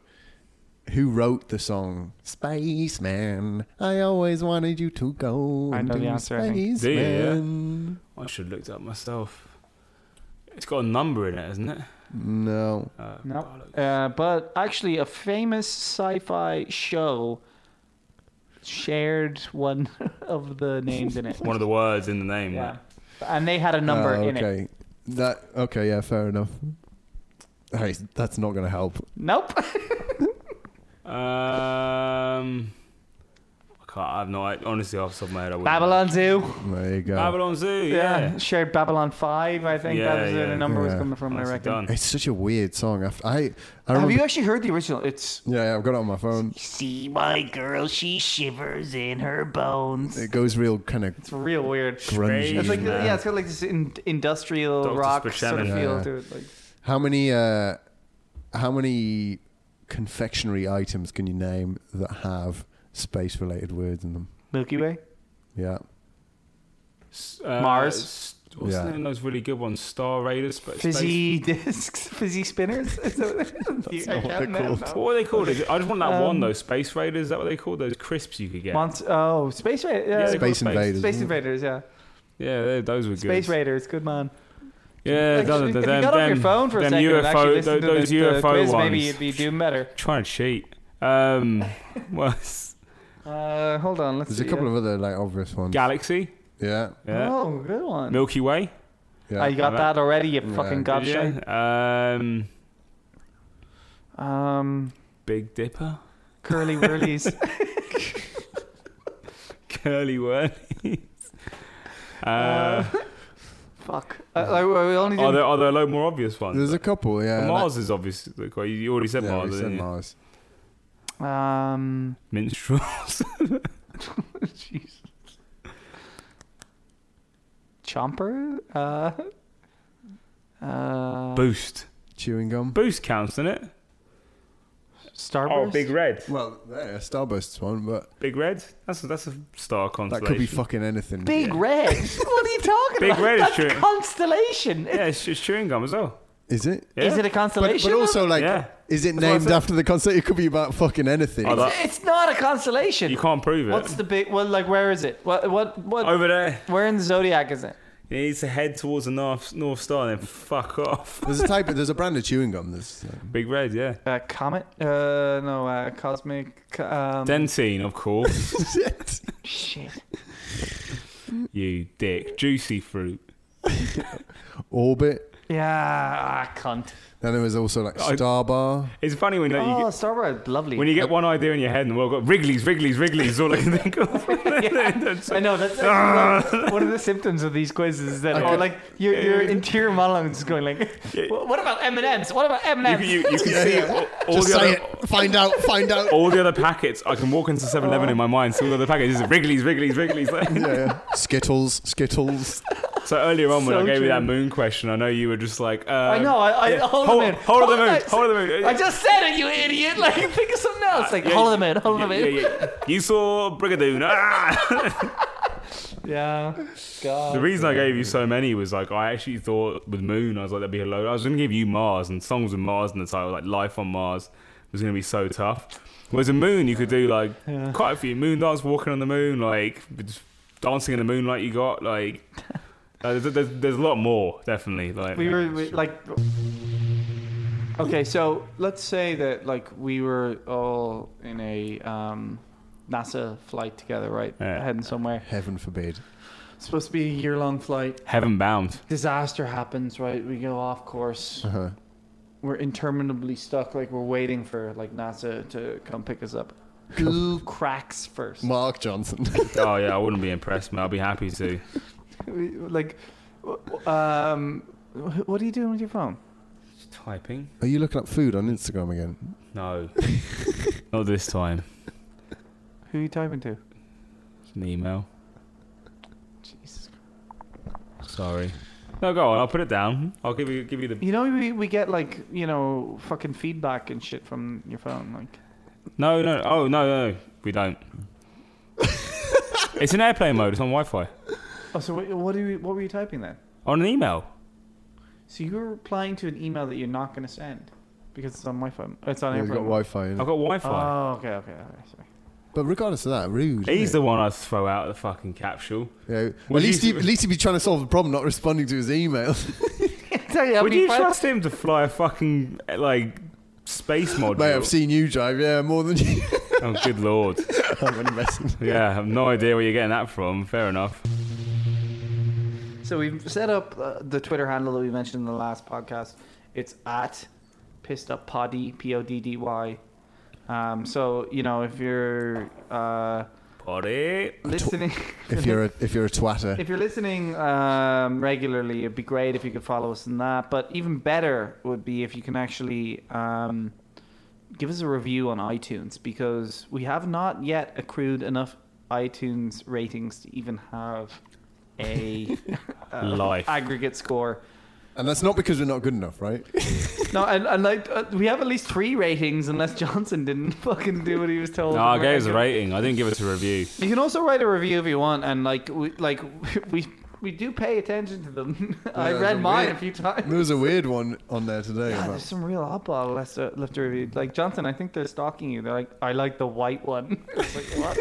Speaker 3: who wrote the song Spaceman? I always wanted you to go.
Speaker 1: I know
Speaker 3: into
Speaker 1: the answer, I think.
Speaker 2: Do you, yeah?
Speaker 3: Spaceman.
Speaker 2: I should have looked it up myself. It's got a number in it, hasn't it?
Speaker 3: No.
Speaker 2: Uh,
Speaker 1: Nope.
Speaker 2: bollocks.
Speaker 1: uh, but actually, a famous sci-fi show shared one of the names in it.
Speaker 2: One of the words in the name.
Speaker 1: yeah,
Speaker 2: like-
Speaker 1: and they had a number
Speaker 3: Oh, okay.
Speaker 1: in it.
Speaker 3: That okay, yeah, fair enough. Hey, that's not going to help.
Speaker 1: Nope.
Speaker 2: Um, I can't, I've no. I, honestly, off the top of my head, I wouldn't. know.
Speaker 1: Babylon Zoo.
Speaker 3: There you go.
Speaker 2: Babylon Zoo.
Speaker 1: Yeah.
Speaker 2: Yeah.
Speaker 1: shared Babylon Five. I think
Speaker 2: Yeah,
Speaker 1: that was where
Speaker 2: yeah.
Speaker 1: the number was
Speaker 3: Yeah.
Speaker 1: coming from. I
Speaker 2: Honestly,
Speaker 1: reckon.
Speaker 2: done.
Speaker 3: It's such a weird song. I, f- I, I
Speaker 1: Have
Speaker 3: remember.
Speaker 1: you actually heard the original? It's
Speaker 3: yeah, yeah, I've got it on my phone.
Speaker 4: See my girl, she shivers in her bones.
Speaker 3: It goes real kind of
Speaker 1: it's real weird.
Speaker 3: grungy.
Speaker 1: It's like
Speaker 2: Yeah.
Speaker 1: yeah, it's got like this in, industrial
Speaker 2: Dr.
Speaker 1: rock sort of
Speaker 2: Spaceman.
Speaker 1: feel
Speaker 3: Yeah.
Speaker 1: to it. Like
Speaker 3: How many uh, how many confectionery items can you name that have space related words in them?
Speaker 1: Milky Way.
Speaker 3: Yeah.
Speaker 2: S- uh,
Speaker 1: Mars.
Speaker 2: s- What's
Speaker 3: Yeah.
Speaker 2: the name of those really good ones? Star Raiders. Sp- Space-
Speaker 1: Fizzy discs, fizzy spinners. Is that what they're- I
Speaker 3: not what
Speaker 1: can't
Speaker 3: they're
Speaker 1: know.
Speaker 2: What were they called? Is it- I just want that one
Speaker 1: Um,
Speaker 2: though. Space Raiders. Is that what they called those crisps you could get?
Speaker 1: Monst- oh, space raiders. Yeah,
Speaker 2: Yeah,
Speaker 1: space,
Speaker 2: they-
Speaker 3: Space
Speaker 2: space.
Speaker 3: invaders. isn't it?
Speaker 1: invaders. Yeah,
Speaker 2: Yeah, they- those were good.
Speaker 1: space raiders. Good man.
Speaker 2: Yeah,
Speaker 1: Actually,
Speaker 2: those,
Speaker 1: if
Speaker 2: them,
Speaker 1: you got off
Speaker 2: them-
Speaker 1: your phone for a
Speaker 2: them
Speaker 1: second and actually
Speaker 2: UFO,
Speaker 1: listened to
Speaker 2: tho- those
Speaker 1: the, the
Speaker 2: UFO
Speaker 1: quiz,
Speaker 2: ones.
Speaker 1: maybe you'd be doing better.
Speaker 2: Trying to cheat. Um, what's
Speaker 1: Uh, hold on, let's
Speaker 3: There's
Speaker 1: see.
Speaker 3: a couple of other like obvious ones.
Speaker 2: Galaxy?
Speaker 3: yeah.
Speaker 2: Yeah.
Speaker 1: Oh, good one.
Speaker 2: Milky Way.
Speaker 1: Oh,
Speaker 3: Yeah.
Speaker 1: you got
Speaker 2: Alright.
Speaker 1: that already, you
Speaker 3: Yeah.
Speaker 1: fucking gobshite.
Speaker 2: Yeah. Um,
Speaker 1: Um,
Speaker 2: Big Dipper.
Speaker 1: curly whirlies.
Speaker 2: Curly Whirlies. Uh,
Speaker 1: Fuck. Uh, like, we only
Speaker 3: Oh,
Speaker 2: are
Speaker 1: did
Speaker 2: there are there a lot more obvious ones?
Speaker 3: There's a couple, yeah.
Speaker 2: Mars is obvious. Like, well, you already
Speaker 3: like-
Speaker 2: said
Speaker 3: Uh, yeah,
Speaker 2: Mars,
Speaker 3: we
Speaker 2: didn't
Speaker 3: said
Speaker 2: you?
Speaker 3: Mars.
Speaker 1: um.
Speaker 2: Minstrel.
Speaker 1: Jesus. Chomper. Uh. Uh.
Speaker 2: Boost.
Speaker 3: Chewing gum.
Speaker 2: Boost counts, doesn't it?
Speaker 1: Starburst.
Speaker 2: Red.
Speaker 3: Well, yeah, Starburst's one, but
Speaker 2: Big Red. That's a, that's a star
Speaker 3: that
Speaker 2: constellation.
Speaker 3: could be fucking anything.
Speaker 1: Big Red. what are you talking
Speaker 2: Big
Speaker 1: about?
Speaker 2: Red is
Speaker 1: That's
Speaker 2: true.
Speaker 1: Constellation.
Speaker 2: Yeah, it's, it's chewing gum as well.
Speaker 3: Is it?
Speaker 2: Yeah.
Speaker 1: Is it a
Speaker 3: But,
Speaker 1: constellation?
Speaker 3: but also like,
Speaker 2: Yeah.
Speaker 3: is it
Speaker 2: what I
Speaker 3: named
Speaker 2: said.
Speaker 3: after the concert? It could be about fucking anything.
Speaker 2: Oh, that-
Speaker 1: it's not a constellation.
Speaker 2: You can't prove it.
Speaker 1: What's the big? Well, like, where is it? What? What? What?
Speaker 2: Over there.
Speaker 3: Oh.
Speaker 1: where in the zodiac is it?
Speaker 2: He needs to head towards the north north star and then fuck off.
Speaker 3: there's a type. There's a brand of chewing gum. There's um,
Speaker 2: Big Red, yeah.
Speaker 1: Uh, comet? Uh, no. Uh, cosmic. co- Um,
Speaker 2: Dentine, of course.
Speaker 3: shit.
Speaker 1: shit.
Speaker 2: you dick. Juicy fruit.
Speaker 3: Orbit.
Speaker 1: Yeah. Ah, cunt.
Speaker 3: Then there was also like
Speaker 2: I-
Speaker 3: Starbar.
Speaker 2: It's funny when like, you
Speaker 1: Oh,
Speaker 2: get,
Speaker 1: Starburst, lovely.
Speaker 2: when you get one idea in your head and the world got Wrigley's, Wrigley's, Wrigley's is all I can think of. That's-
Speaker 1: I know that's
Speaker 2: Ah.
Speaker 1: actually one- one of the symptoms of these quizzes is that
Speaker 2: Okay.
Speaker 1: or like your your interior monologue is going like,
Speaker 2: Yeah.
Speaker 1: "Wh- what about M and M's? What about M
Speaker 2: you
Speaker 1: and
Speaker 2: can,
Speaker 1: M's?
Speaker 2: you, you can see all, all
Speaker 3: Just
Speaker 2: the
Speaker 3: say
Speaker 2: other,
Speaker 3: it. Find out. Find out.
Speaker 2: all the other packets. I can walk into 7
Speaker 1: Oh.
Speaker 2: Eleven in my mind, see all the other packets. It's Wrigley's, Wrigley's, Wrigley's.
Speaker 3: yeah, yeah. Skittles. Skittles.
Speaker 2: So earlier on, when
Speaker 1: So
Speaker 2: I gave you that
Speaker 1: true.
Speaker 2: moon question, I know you were just like, uh,
Speaker 1: I know. I, I hold,
Speaker 2: hold,
Speaker 1: the moon.
Speaker 2: hold of the moon,
Speaker 1: it.
Speaker 2: hold of the moon.
Speaker 1: I just said it, you idiot! Like, think of something else. Like,
Speaker 2: Yeah,
Speaker 1: hold the moon, hold
Speaker 2: yeah,
Speaker 1: the moon.
Speaker 2: yeah, yeah. You saw Brigadoon. Ah!
Speaker 1: Yeah. God.
Speaker 2: The reason I gave you so many was like I actually thought with Moon, I was like that'd be a load. I was gonna give you Mars and songs with Mars in the title, like Life on Mars was gonna be so tough. Whereas a Moon, you could do like quite a few Moon dance, walking on the moon, like just dancing in the moonlight. You got like uh, there's, there's, there's a lot more definitely. Like
Speaker 1: we were we, like okay so let's say that like we were all in a um nasa flight together right
Speaker 2: Yeah.
Speaker 1: heading somewhere
Speaker 3: Heaven forbid.
Speaker 1: supposed to be a year-long flight
Speaker 2: heaven bound.
Speaker 1: disaster happens right we go off course
Speaker 3: Uh-huh.
Speaker 1: we're interminably stuck like we're waiting for like nasa to come pick us up who cracks first
Speaker 3: Mark Johnson.
Speaker 2: Oh yeah, I wouldn't be impressed, man. I'd be happy to.
Speaker 1: like w- um wh- what are you doing with your phone
Speaker 2: Just typing.
Speaker 3: Are you looking up food on Instagram again?
Speaker 2: No, not this time.
Speaker 1: who are you typing to
Speaker 2: It's an email.
Speaker 1: jesus Christ.
Speaker 2: Sorry. No, go on. I'll put it down. I'll give you give you the
Speaker 1: you know we, we get like you know fucking feedback and shit from your phone like
Speaker 2: No, no. Oh, no, no. We don't. it's in airplane mode. It's on Wi-Fi.
Speaker 1: oh so what, what do we what were you typing then
Speaker 2: On an email.
Speaker 1: so you were replying to an email that you're not going to send because it's on my phone it's on
Speaker 3: Yeah,
Speaker 1: your
Speaker 3: he's got
Speaker 1: phone.
Speaker 3: Wi-Fi in
Speaker 2: I've
Speaker 3: it.
Speaker 2: got Wi-Fi.
Speaker 1: Oh, okay, okay, okay. Sorry.
Speaker 3: But regardless of that, rude.
Speaker 2: He's
Speaker 3: isn't
Speaker 2: the one I throw out of the fucking capsule.
Speaker 3: it? Yeah.
Speaker 2: Would
Speaker 3: At least,
Speaker 2: you-
Speaker 3: he, at least he'd be trying to solve the problem, not responding to his email.
Speaker 1: tell you, how
Speaker 2: Would
Speaker 1: many
Speaker 2: you
Speaker 1: files-
Speaker 2: trust him to fly a fucking like space module?
Speaker 3: Mate, I've seen you drive, yeah, more than you.
Speaker 2: oh, good lord.
Speaker 3: I'm only messing.
Speaker 2: Yeah, I have no idea where you're getting that from. Fair enough.
Speaker 1: So we've set up uh, the Twitter handle that we mentioned in the last podcast. It's at pissed up poddy p o d d y. Um, so you know if you're uh,
Speaker 2: Buddy.
Speaker 1: listening.
Speaker 3: If you're a, if you're a twatter,
Speaker 1: If you're listening um, regularly, it'd be great if you could follow us in that. But even better would be if you can actually um, give us a review on iTunes because we have not yet accrued enough iTunes ratings to even have a uh,
Speaker 2: Life.
Speaker 1: aggregate score.
Speaker 3: and that's not because we're not good enough, right?
Speaker 1: No, and, and like uh, we have at least three ratings, unless Johnson didn't fucking do what he was told.
Speaker 5: No, I gave us a
Speaker 1: Oh, America.
Speaker 5: rating. I didn't give us a review.
Speaker 1: You can also write a review if you want, and like we like we we do pay attention to them. I
Speaker 3: Yeah,
Speaker 1: read
Speaker 3: the
Speaker 1: mine
Speaker 3: weird-
Speaker 1: a few times.
Speaker 3: There was a weird one on there today.
Speaker 1: God,
Speaker 3: about-
Speaker 1: there's some real oddball left to, left to review. Like Johnson, I think they're stalking you. They're like, I like the white one. It's like, what?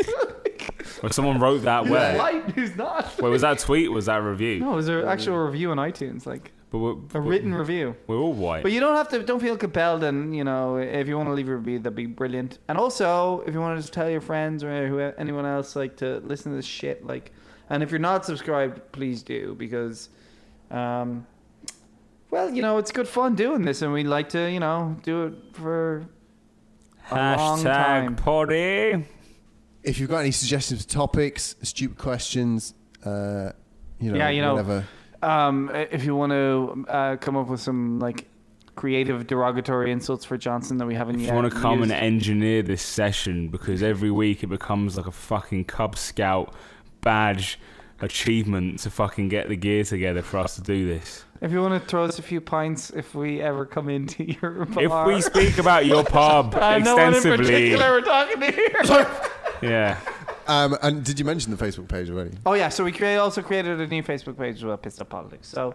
Speaker 5: Like someone wrote that
Speaker 1: Who's
Speaker 5: where?
Speaker 1: white? Who's not?
Speaker 5: Wait, was that a tweet? or Was that a review?
Speaker 1: No, is there an actual review on iTunes? Like
Speaker 5: But we're,
Speaker 1: a written review.
Speaker 5: we're all white.
Speaker 1: But you don't have to. Don't feel compelled. And you know, if you want to leave a review, that'd be brilliant. And also, if you want to just tell your friends or who, anyone else like to listen to this shit, like, and if you're not subscribed, please do because, um, well, you know, it's good fun doing this, and we like to, you know, do it for a long time.
Speaker 5: Hashtag potty.
Speaker 3: If you've got any suggestions for topics, stupid questions, uh, you know,
Speaker 1: Yeah, you know.
Speaker 3: whatever.
Speaker 1: Um, if you want to uh, come up with some like creative derogatory insults for Johnson that we haven't
Speaker 5: If
Speaker 1: yet.
Speaker 5: you want to come
Speaker 1: used.
Speaker 5: and engineer this session, because every week it becomes like a fucking Cub Scout badge achievement to fucking get the gear together for us to do this.
Speaker 1: If you want to throw us a few pints, if we ever come into your bar.
Speaker 5: If we speak about your pub
Speaker 1: I know one in
Speaker 5: extensively,
Speaker 1: particular we're talking to here.
Speaker 5: yeah,
Speaker 3: Um, and did you mention the Facebook page already?
Speaker 1: oh yeah, so we create, also created a new Facebook page about pissed up politics. So,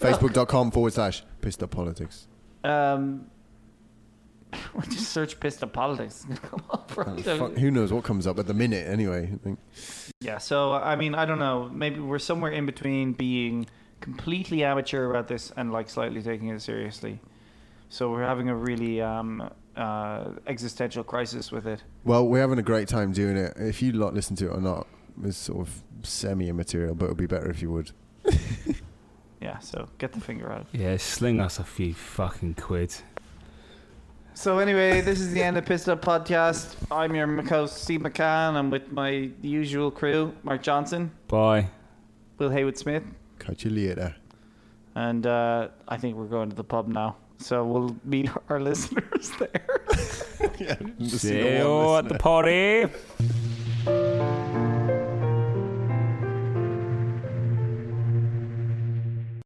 Speaker 3: Facebook.com forward slash pissed up politics.
Speaker 1: um, just search pissed up politics. Come up,
Speaker 3: Oh,
Speaker 1: right?
Speaker 3: fuck, who knows what comes up at the minute anyway. I think.
Speaker 1: Yeah. So I mean, I don't know. Maybe we're somewhere in between being completely amateur about this and like slightly taking it seriously. So we're having a really um, uh, existential crisis with it.
Speaker 3: Well, we're having a great time doing it. If you lot listen to it or not, it's sort of semi immaterial, but it would be better if you would.
Speaker 1: Yeah. So get the finger out.
Speaker 5: yeah, sling us a few fucking quid.
Speaker 1: So anyway, this is the end of Pissed Up Podcast. I'm your host, Steve McCann. I'm with my usual crew, Mark Johnson,
Speaker 5: Bye.
Speaker 1: Will Haywood Smith,
Speaker 3: Catch you later.
Speaker 1: and uh, I think we're going to the pub now. So we'll meet our listeners there.
Speaker 3: yeah,
Speaker 5: See you at the potty.